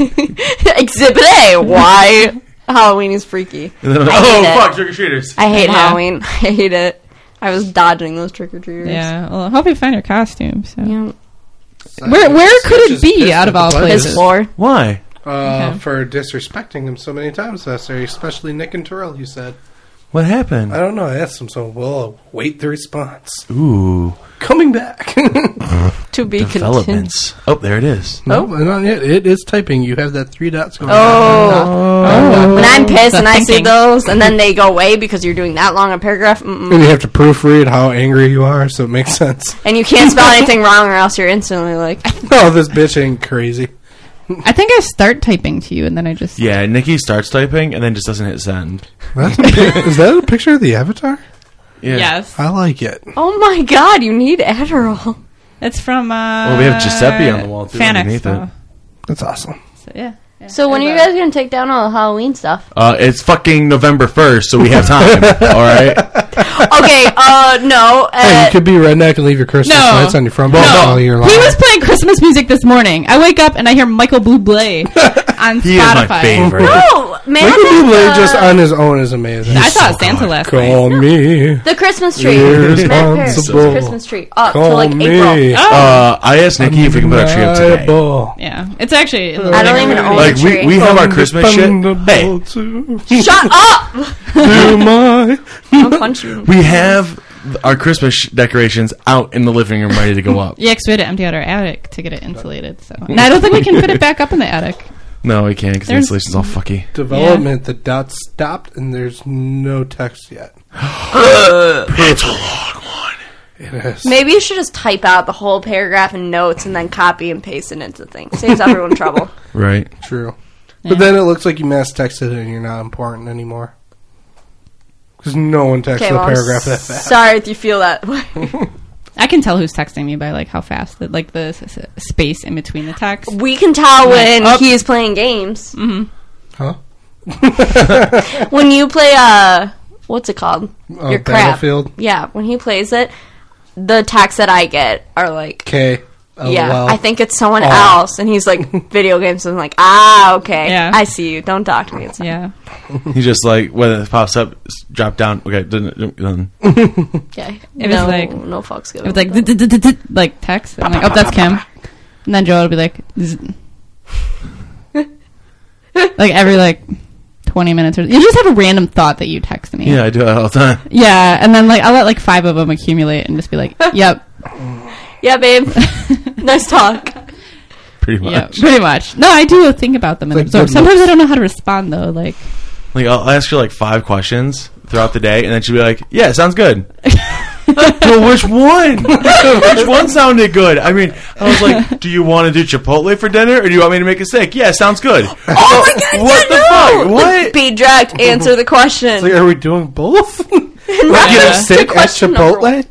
Speaker 5: Exhibit A. Why Halloween is freaky.
Speaker 3: And then I'm like,
Speaker 5: I
Speaker 3: oh
Speaker 5: hate it.
Speaker 3: fuck, trick or treaters.
Speaker 5: I hate
Speaker 4: Yeah.
Speaker 5: Halloween. I hate it. I was dodging those trick or treaters.
Speaker 4: "Yeah, well, I hope you find your costume." So.
Speaker 5: Yeah.
Speaker 4: Where where could it
Speaker 1: just
Speaker 4: be
Speaker 1: pissed
Speaker 4: out
Speaker 1: at
Speaker 4: of
Speaker 1: the
Speaker 4: all
Speaker 1: budget.
Speaker 5: His
Speaker 4: places?
Speaker 5: floor.
Speaker 3: Why?
Speaker 1: Uh,
Speaker 4: Okay.
Speaker 1: For disrespecting him so many times last year, especially Nick and Terrell, you said.
Speaker 3: What happened?
Speaker 1: I don't know. I asked him, so we'll wait the response.
Speaker 3: Ooh,
Speaker 1: Coming back.
Speaker 4: Oh.
Speaker 5: To be continued.
Speaker 3: developments. Oh, there it is.
Speaker 1: no, not yet. It is typing. You have that three dots going.
Speaker 5: Oh.
Speaker 3: Oh,
Speaker 5: When I'm pissed
Speaker 4: The
Speaker 5: and I see
Speaker 4: thinking.
Speaker 5: those, and then they go away because you're doing that long a paragraph,
Speaker 1: And
Speaker 5: mm-mm.
Speaker 1: you have to proofread how angry you are, so it makes sense.
Speaker 5: and you can't spell anything wrong, or else you're instantly like,
Speaker 1: Oh, this bitch ain't crazy.
Speaker 4: I think I start typing to you and then I just.
Speaker 3: Yeah, Nikki starts typing and then just doesn't hit send.
Speaker 1: That's a pic- is that a picture of the avatar?
Speaker 3: Yeah.
Speaker 4: Yes.
Speaker 1: I like it.
Speaker 5: Oh my god, you need Adderall.
Speaker 4: It's from. Uh,
Speaker 3: Well, we have Giuseppe on the wall, too,
Speaker 4: Fan
Speaker 3: underneath
Speaker 4: Expo.
Speaker 3: it.
Speaker 1: That's awesome.
Speaker 4: So, yeah. yeah.
Speaker 9: So when are you guys gonna take down all the Halloween stuff?
Speaker 3: Uh, it's fucking November 1st, so we have time. all right?
Speaker 5: Okay, uh, no.
Speaker 1: Hey,
Speaker 5: Uh,
Speaker 1: you could be redneck and leave your Christmas
Speaker 4: No.
Speaker 1: lights on your front porch all year long.
Speaker 4: He was playing Christmas music this morning. I wake up and I hear Michael Bublé on
Speaker 3: He is
Speaker 4: Spotify.
Speaker 3: my favorite.
Speaker 5: no, man.
Speaker 1: Michael Bublé
Speaker 5: uh,
Speaker 1: just on his own is amazing.
Speaker 4: I
Speaker 3: Oh,
Speaker 4: saw Santa last night.
Speaker 1: Call me.
Speaker 9: The Christmas tree.
Speaker 1: Irresponsible.
Speaker 9: Matt Parr's Christmas tree up till
Speaker 1: Call
Speaker 9: like April.
Speaker 1: me.
Speaker 4: Oh.
Speaker 3: Uh, I asked Nikki if we can put our tree up today.
Speaker 1: Reliable.
Speaker 4: Yeah, it's actually. In the
Speaker 3: Uh.
Speaker 9: I don't
Speaker 4: living
Speaker 9: even
Speaker 4: room.
Speaker 9: own
Speaker 3: Like,
Speaker 9: the
Speaker 3: we,
Speaker 9: tree.
Speaker 3: we have our Christmas shit. Hey,
Speaker 1: Dependable to
Speaker 5: Shut up!
Speaker 1: do my-
Speaker 5: I'll punch you.
Speaker 3: we have our Christmas sh- decorations out in the living room ready to go up.
Speaker 4: Yeah, 'cause we had to empty out our attic to get it insulated. So, and I don't think we can fit it back up in the attic.
Speaker 3: No, we can't because the
Speaker 4: There's-
Speaker 3: installation's all fucky.
Speaker 1: Development, the dot stopped, and there's no text yet.
Speaker 3: It's a long one.
Speaker 1: It is.
Speaker 5: Maybe you should just type out the whole paragraph in notes and then copy and paste it into the thing. Saves everyone trouble.
Speaker 3: Right.
Speaker 1: True. But then it looks like you mass texted it and you're not important anymore. Because no one texts
Speaker 5: Okay,
Speaker 1: the
Speaker 5: well, I'm
Speaker 1: paragraph that fast.
Speaker 5: sorry if you feel that way.
Speaker 4: I can tell who's texting me by like how fast, that like the s- s- space in between the text.
Speaker 5: We can tell when
Speaker 4: Up.
Speaker 5: he is playing games.
Speaker 1: Huh?
Speaker 5: When you play, uh, what's it called?
Speaker 1: Uh,
Speaker 5: Your crap.
Speaker 1: Battlefield.
Speaker 5: Yeah, when he plays it, the texts that I get are like,
Speaker 1: K. LOL.
Speaker 5: yeah, I think it's someone
Speaker 1: Oh.
Speaker 5: else. And he's like, video games. And I'm like, ah, okay.
Speaker 4: Yeah.
Speaker 5: I see you. Don't talk to me. It's
Speaker 4: Yeah,
Speaker 3: He just like when it pops up, s- drop down. Okay, dun- dun- dun.
Speaker 5: okay.
Speaker 4: It was
Speaker 5: no,
Speaker 4: like-
Speaker 5: no fucks given.
Speaker 4: it was like d-d-d-d-d, like text. I'm like, oh, that's Kim. And then Joel would be like, zzz. like every like twenty minutes or you just have a random thought that you text me.
Speaker 3: yeah, I do that all the time.
Speaker 4: yeah, and then like I'll let like five of them accumulate and just be like, yep,
Speaker 5: yeah, babe. nice talk.
Speaker 3: Pretty
Speaker 4: yeah,
Speaker 3: much.
Speaker 4: pretty much. No, I do think about them and
Speaker 1: Like
Speaker 4: absorb.
Speaker 1: good
Speaker 4: Sometimes I
Speaker 1: looks.
Speaker 4: don't know how to respond though. Like,
Speaker 3: Like I'll ask her like five questions throughout the day, and then she'll be like, "Yeah, sounds good." well, which one? which one sounded good? I mean, I was like, "Do you want to do Chipotle for dinner, or do you want me to make a steak?" Yeah, sounds good. oh my god! What the fuck? What?
Speaker 5: Be direct. Answer the question.
Speaker 1: Like, are we doing both?
Speaker 4: Yeah.
Speaker 1: Get a
Speaker 4: That's
Speaker 1: steak at
Speaker 5: question number one.
Speaker 1: Chipotle?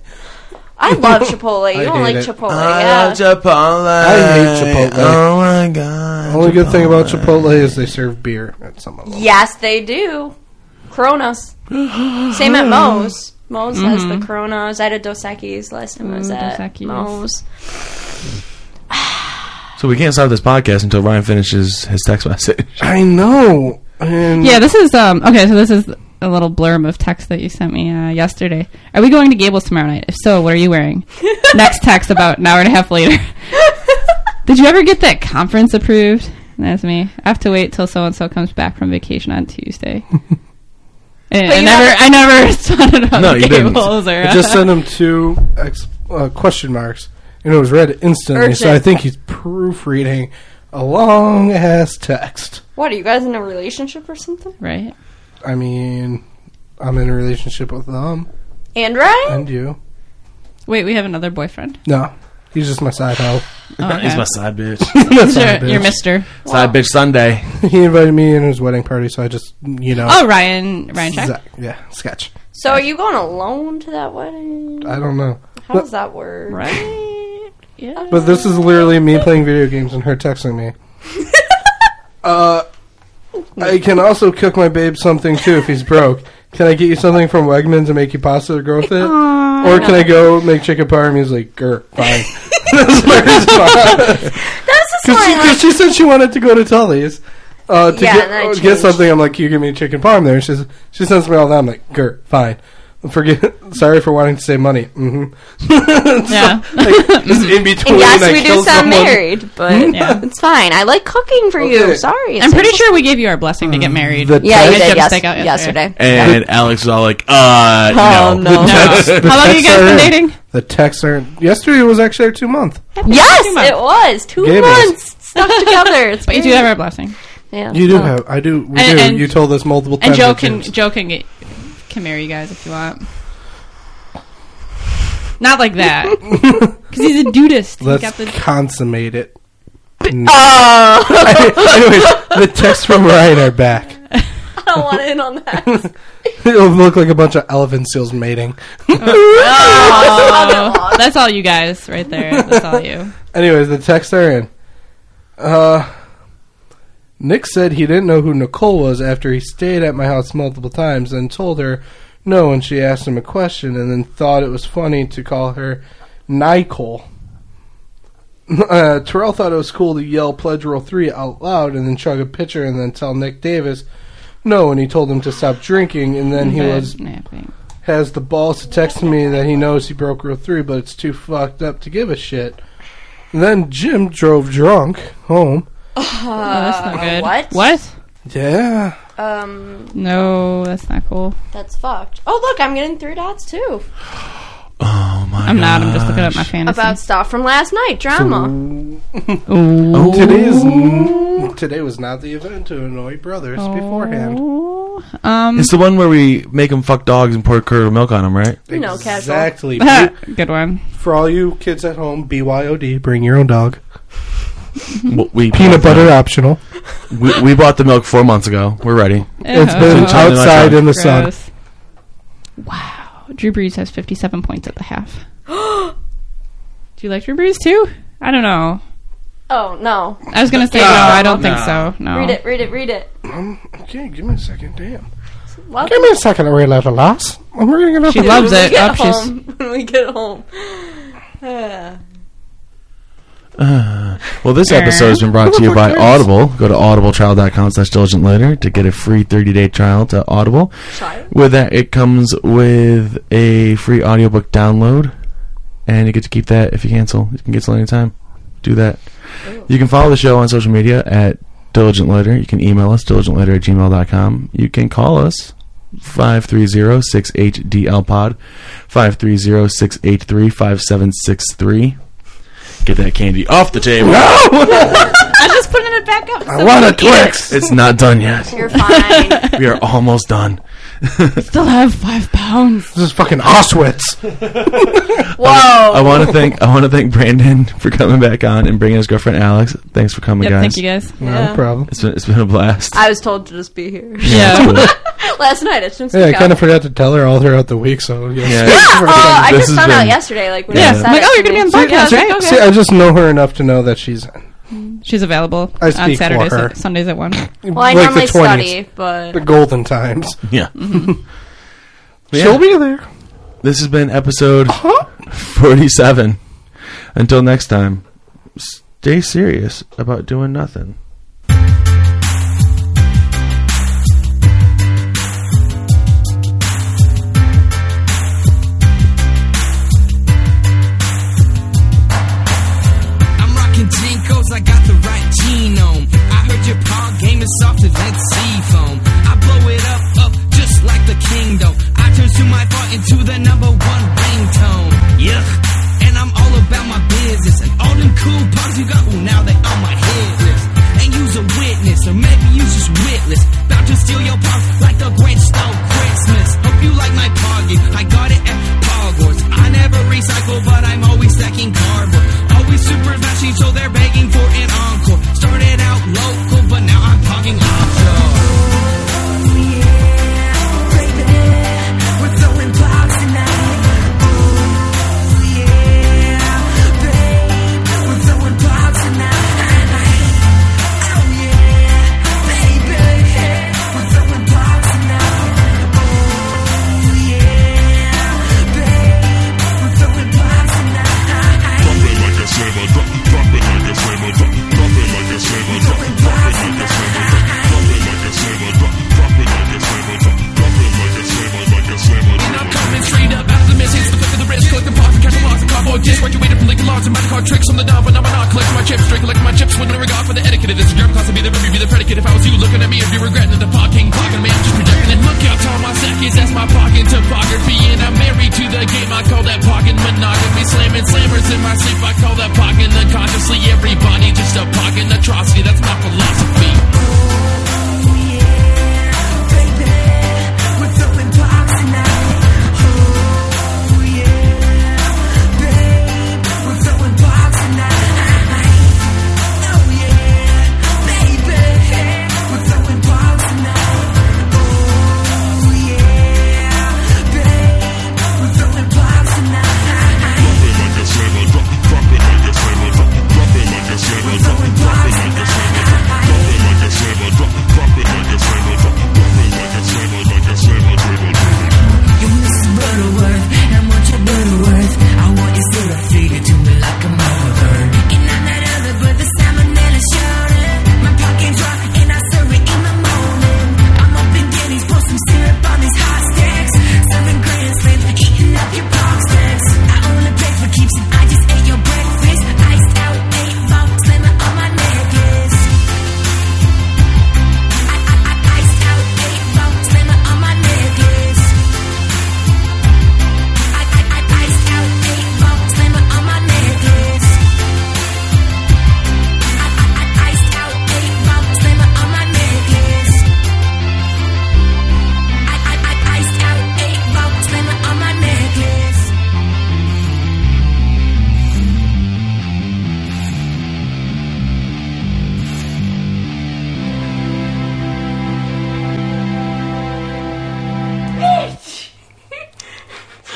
Speaker 5: I love Chipotle. You
Speaker 1: I
Speaker 5: don't like
Speaker 1: hate it.
Speaker 5: Chipotle.
Speaker 3: I
Speaker 5: yeah.
Speaker 3: love Chipotle.
Speaker 1: I hate Chipotle.
Speaker 3: Oh my god!
Speaker 1: Only good thing about Chipotle is they serve beer at some of them.
Speaker 5: yes, they do. Coronas. Same at Moe's. Moe's has the Coronas. I had a Dos Equis last time I was
Speaker 4: Ooh,
Speaker 5: at
Speaker 4: Mm-hmm. Mm, Dos Equis.
Speaker 5: Moe's.
Speaker 3: So we can't stop this podcast until Ryan finishes his text message.
Speaker 1: I know. And
Speaker 4: Yeah, this is um okay. So this is a little blurb of text that you sent me uh, yesterday. Are we going to Gables tomorrow night? If so, what are you wearing? Next text about an hour and a half later. Did you ever get that conference approved? And That's me. I have to wait till so and so comes back from vacation on Tuesday. And I
Speaker 5: you
Speaker 4: never,
Speaker 5: haven't-
Speaker 4: I never responded about
Speaker 3: No,
Speaker 4: the
Speaker 3: you didn't.
Speaker 4: Gables or
Speaker 1: I just sent him two ex- uh, question marks, and it was read instantly. So
Speaker 5: Urgent.
Speaker 1: I think he's proofreading a long ass text.
Speaker 5: What, are you guys in a relationship or something?
Speaker 4: right.
Speaker 1: I mean, I'm in a relationship with them
Speaker 5: And Ryan?
Speaker 1: and you.
Speaker 4: Wait, we have another boyfriend.
Speaker 1: No, he's just my side hoe.
Speaker 4: Oh,
Speaker 3: Uh, He's
Speaker 4: okay.
Speaker 3: my side bitch.
Speaker 1: That's not a
Speaker 4: Sure,
Speaker 1: bitch.
Speaker 4: your Mister.
Speaker 3: side bitch Sunday.
Speaker 1: He invited me in his wedding party, so I just you know.
Speaker 4: Oh, Ryan, Ryan Shack.
Speaker 1: Zac- yeah, sketch.
Speaker 5: So are you going alone to that wedding?
Speaker 1: I don't know,
Speaker 5: How does that work?
Speaker 4: Right. Yeah.
Speaker 1: but this is literally me playing video games and her texting me. uh, I can also cook my babe something too if he's broke. Can I get you something from Wegmans and make you pasta to go with it? or can I go make chicken parm? And he's like, "Grr, fine." That's my response.
Speaker 5: That's just
Speaker 1: Because she,
Speaker 5: like,
Speaker 1: 'cause she said she wanted to go to Tully's uh, to
Speaker 5: Yeah,
Speaker 1: get,
Speaker 5: and I
Speaker 1: uh, get
Speaker 5: changed.
Speaker 1: something. I'm like, you give me a chicken parm there. She says, she sends me all that. I'm like, Gert, fine. Forget. Sorry for wanting to save money. hmm
Speaker 4: Yeah.
Speaker 1: just in between.
Speaker 5: and yes,
Speaker 1: I
Speaker 5: we do
Speaker 1: kill
Speaker 5: sound
Speaker 1: someone.
Speaker 5: married, but
Speaker 4: Yeah.
Speaker 5: it's fine. I like cooking for you.
Speaker 1: Okay.
Speaker 5: Sorry.
Speaker 4: I'm pretty sure we gave you our blessing to get married.
Speaker 1: The
Speaker 5: Yeah,
Speaker 1: text,
Speaker 4: I
Speaker 5: you did.
Speaker 4: had
Speaker 5: Yes,
Speaker 4: to take out yesterday.
Speaker 5: yesterday.
Speaker 3: And Alex was all like, uh,
Speaker 5: Oh,
Speaker 3: no.
Speaker 5: no.
Speaker 1: The text, the
Speaker 4: How long have you
Speaker 1: texts
Speaker 4: guys been
Speaker 1: are-
Speaker 4: dating?
Speaker 1: The texts are. Yesterday was actually our two month.
Speaker 5: Yes,
Speaker 4: Two months.
Speaker 5: it was two
Speaker 1: Gables.
Speaker 5: months stuck together. It's
Speaker 4: But you do
Speaker 5: great.
Speaker 4: have our blessing.
Speaker 5: Yeah.
Speaker 1: You do
Speaker 5: Oh.
Speaker 1: have. I do. We
Speaker 4: And-
Speaker 1: do.
Speaker 4: and-
Speaker 1: you told us multiple times.
Speaker 4: And Joe
Speaker 1: that
Speaker 4: can
Speaker 1: James-
Speaker 4: Joe can get, can marry you guys if you want. Not like that, because he's a dudist. He's
Speaker 1: Let's
Speaker 4: got the
Speaker 1: consummate it. Mm.
Speaker 5: Oh,
Speaker 1: Anyways, the texts from Ryan are back.
Speaker 5: I don't want in on that.
Speaker 1: It'll look like a bunch of elephant seals mating.
Speaker 4: Oh, that's all you guys right there. That's all you.
Speaker 1: Anyways, the texts are in. Uh, Nick said he didn't know who Nicole was after he stayed at my house multiple times and told her no when she asked him a question and then thought it was funny to call her Nicole. Uh, Terrell thought it was cool to yell Pledge Roll 3 out loud and then chug a pitcher and then tell Nick Davis no and he told him to stop drinking and then he was
Speaker 4: napping.
Speaker 1: has the balls to text me that he knows he broke Rule 3, but it's too fucked up to give a shit. And then Jim drove drunk home.
Speaker 4: oh, that's not
Speaker 9: Uh,
Speaker 4: good.
Speaker 9: what?
Speaker 4: What?
Speaker 1: Yeah.
Speaker 9: Um,
Speaker 4: No, that's not cool.
Speaker 9: that's fucked. Oh, look, I'm getting three dots too
Speaker 3: Oh my
Speaker 4: I'm not. I'm just looking at my fantasy.
Speaker 9: about stuff from last night. Drama.
Speaker 4: Ooh.
Speaker 3: Oh.
Speaker 1: Today's, today was not the event to annoy brothers beforehand.
Speaker 4: Um,
Speaker 3: It's the one where we make them fuck dogs and pour curdled milk on them, right?
Speaker 9: You know, casual.
Speaker 1: Exactly.
Speaker 4: good one.
Speaker 1: For all you kids at home, BYOD, bring your own dog.
Speaker 3: W- We
Speaker 1: Peanut butter optional.
Speaker 3: We, we bought the milk four months ago. We're ready.
Speaker 1: It's
Speaker 4: Ew.
Speaker 1: been
Speaker 3: Sometimes I
Speaker 1: outside
Speaker 3: try.
Speaker 1: in the sun.
Speaker 4: Gross. Wow. Drew Brees has 57 points at the half. Do you like Drew Brees too? I don't know.
Speaker 9: Oh no!
Speaker 4: I was going to say no, I don't think so. No.
Speaker 9: Read it, read it, read it.
Speaker 1: Um, okay, give me a second. Damn.
Speaker 9: Well,
Speaker 1: Give me a second to read out a loss. I'm reading it
Speaker 4: She
Speaker 1: out.
Speaker 4: loves it.
Speaker 9: get
Speaker 4: Up she's-
Speaker 9: home. When we get home. Uh,
Speaker 3: Well, this episode has been brought to you by Audible. Go to audibletrial.com slash diligent later to get a free 30-day trial to Audible.
Speaker 9: child.
Speaker 3: With that, it comes with a free audiobook download, and you get to keep that if you cancel. You can cancel anytime. Do that. You can follow the show on social media at Diligent Letter. You can email us, diligentletter at gmail.com. You can call us, 530-6HDL-POD, 530-683-5763. Get that candy off the table.
Speaker 4: I'm just putting it back up.
Speaker 1: I want a Twix.
Speaker 3: It's not done yet.
Speaker 9: You're fine.
Speaker 3: We are almost done.
Speaker 4: Still have five pounds.
Speaker 1: This is fucking Auschwitz.
Speaker 3: I want to thank I want to thank Brandon for coming back on and bringing his girlfriend Alex. Thanks for coming,
Speaker 4: Yep,
Speaker 3: guys.
Speaker 4: thank you guys.
Speaker 1: No problem.
Speaker 3: It's been it's been a blast.
Speaker 9: I was told to just be here.
Speaker 4: Yeah.
Speaker 3: Cool.
Speaker 9: Last night, I just
Speaker 1: Yeah, I kind of forgot to tell her all throughout the week, so yeah.
Speaker 3: Yeah.
Speaker 9: Oh, I
Speaker 3: This
Speaker 9: just
Speaker 3: has
Speaker 9: found out
Speaker 3: been-
Speaker 9: yesterday. Like when
Speaker 3: Yeah.
Speaker 9: yeah.
Speaker 3: I'm
Speaker 9: said
Speaker 4: like,
Speaker 9: it
Speaker 4: oh,
Speaker 9: to
Speaker 4: you're gonna
Speaker 9: me.
Speaker 4: be on the
Speaker 9: Yeah, I
Speaker 4: podcast,
Speaker 9: was like,
Speaker 4: right?
Speaker 9: okay.
Speaker 1: See, I just know her enough to know that she's
Speaker 4: She's available
Speaker 1: I speak
Speaker 4: on
Speaker 1: for
Speaker 4: Saturdays
Speaker 1: her.
Speaker 4: at- Sundays at 1.
Speaker 9: Well, I
Speaker 1: like
Speaker 9: normally
Speaker 1: the twenties,
Speaker 9: study, but
Speaker 1: the golden times.
Speaker 3: yeah. But yeah,
Speaker 1: She'll be there.
Speaker 3: This has been episode forty-seven. Until next time, stay serious about doing nothing.
Speaker 7: I'm rocking Jinkos, I got the right genome. I heard your paw game is softer than sea foam. I blow it up, up just like the kingdom. I turn to my thought into the number one ringtone. Yuck. And I'm all about my business. And all them cool puns you got, ooh, now they on my hit list. And you's a witness, or maybe you just witless. About to steal your palms like the Grinch stole Christmas. Hope you like my pocket, I got it at Hogwarts. I never recycle, but I'm always stacking cardboard. Always super flashy, so they're begging for an encore. Started out local, but now I'm talking offshore.
Speaker 10: We're throwing bombs tonight. Oh yeah.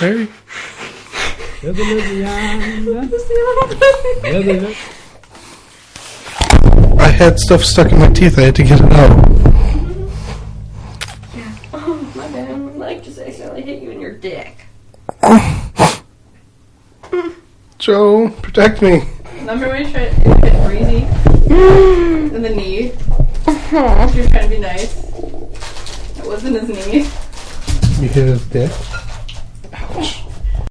Speaker 1: Harry. I had stuff stuck in my teeth. I had to get it out.
Speaker 5: My bad. I like just accidentally hit you in your dick.
Speaker 1: Joe, protect me.
Speaker 4: Remember when you tried to hit Breezy in the knee?
Speaker 9: Uh-huh.
Speaker 4: You were trying to be nice. It wasn't his knee.
Speaker 1: You hit his dick.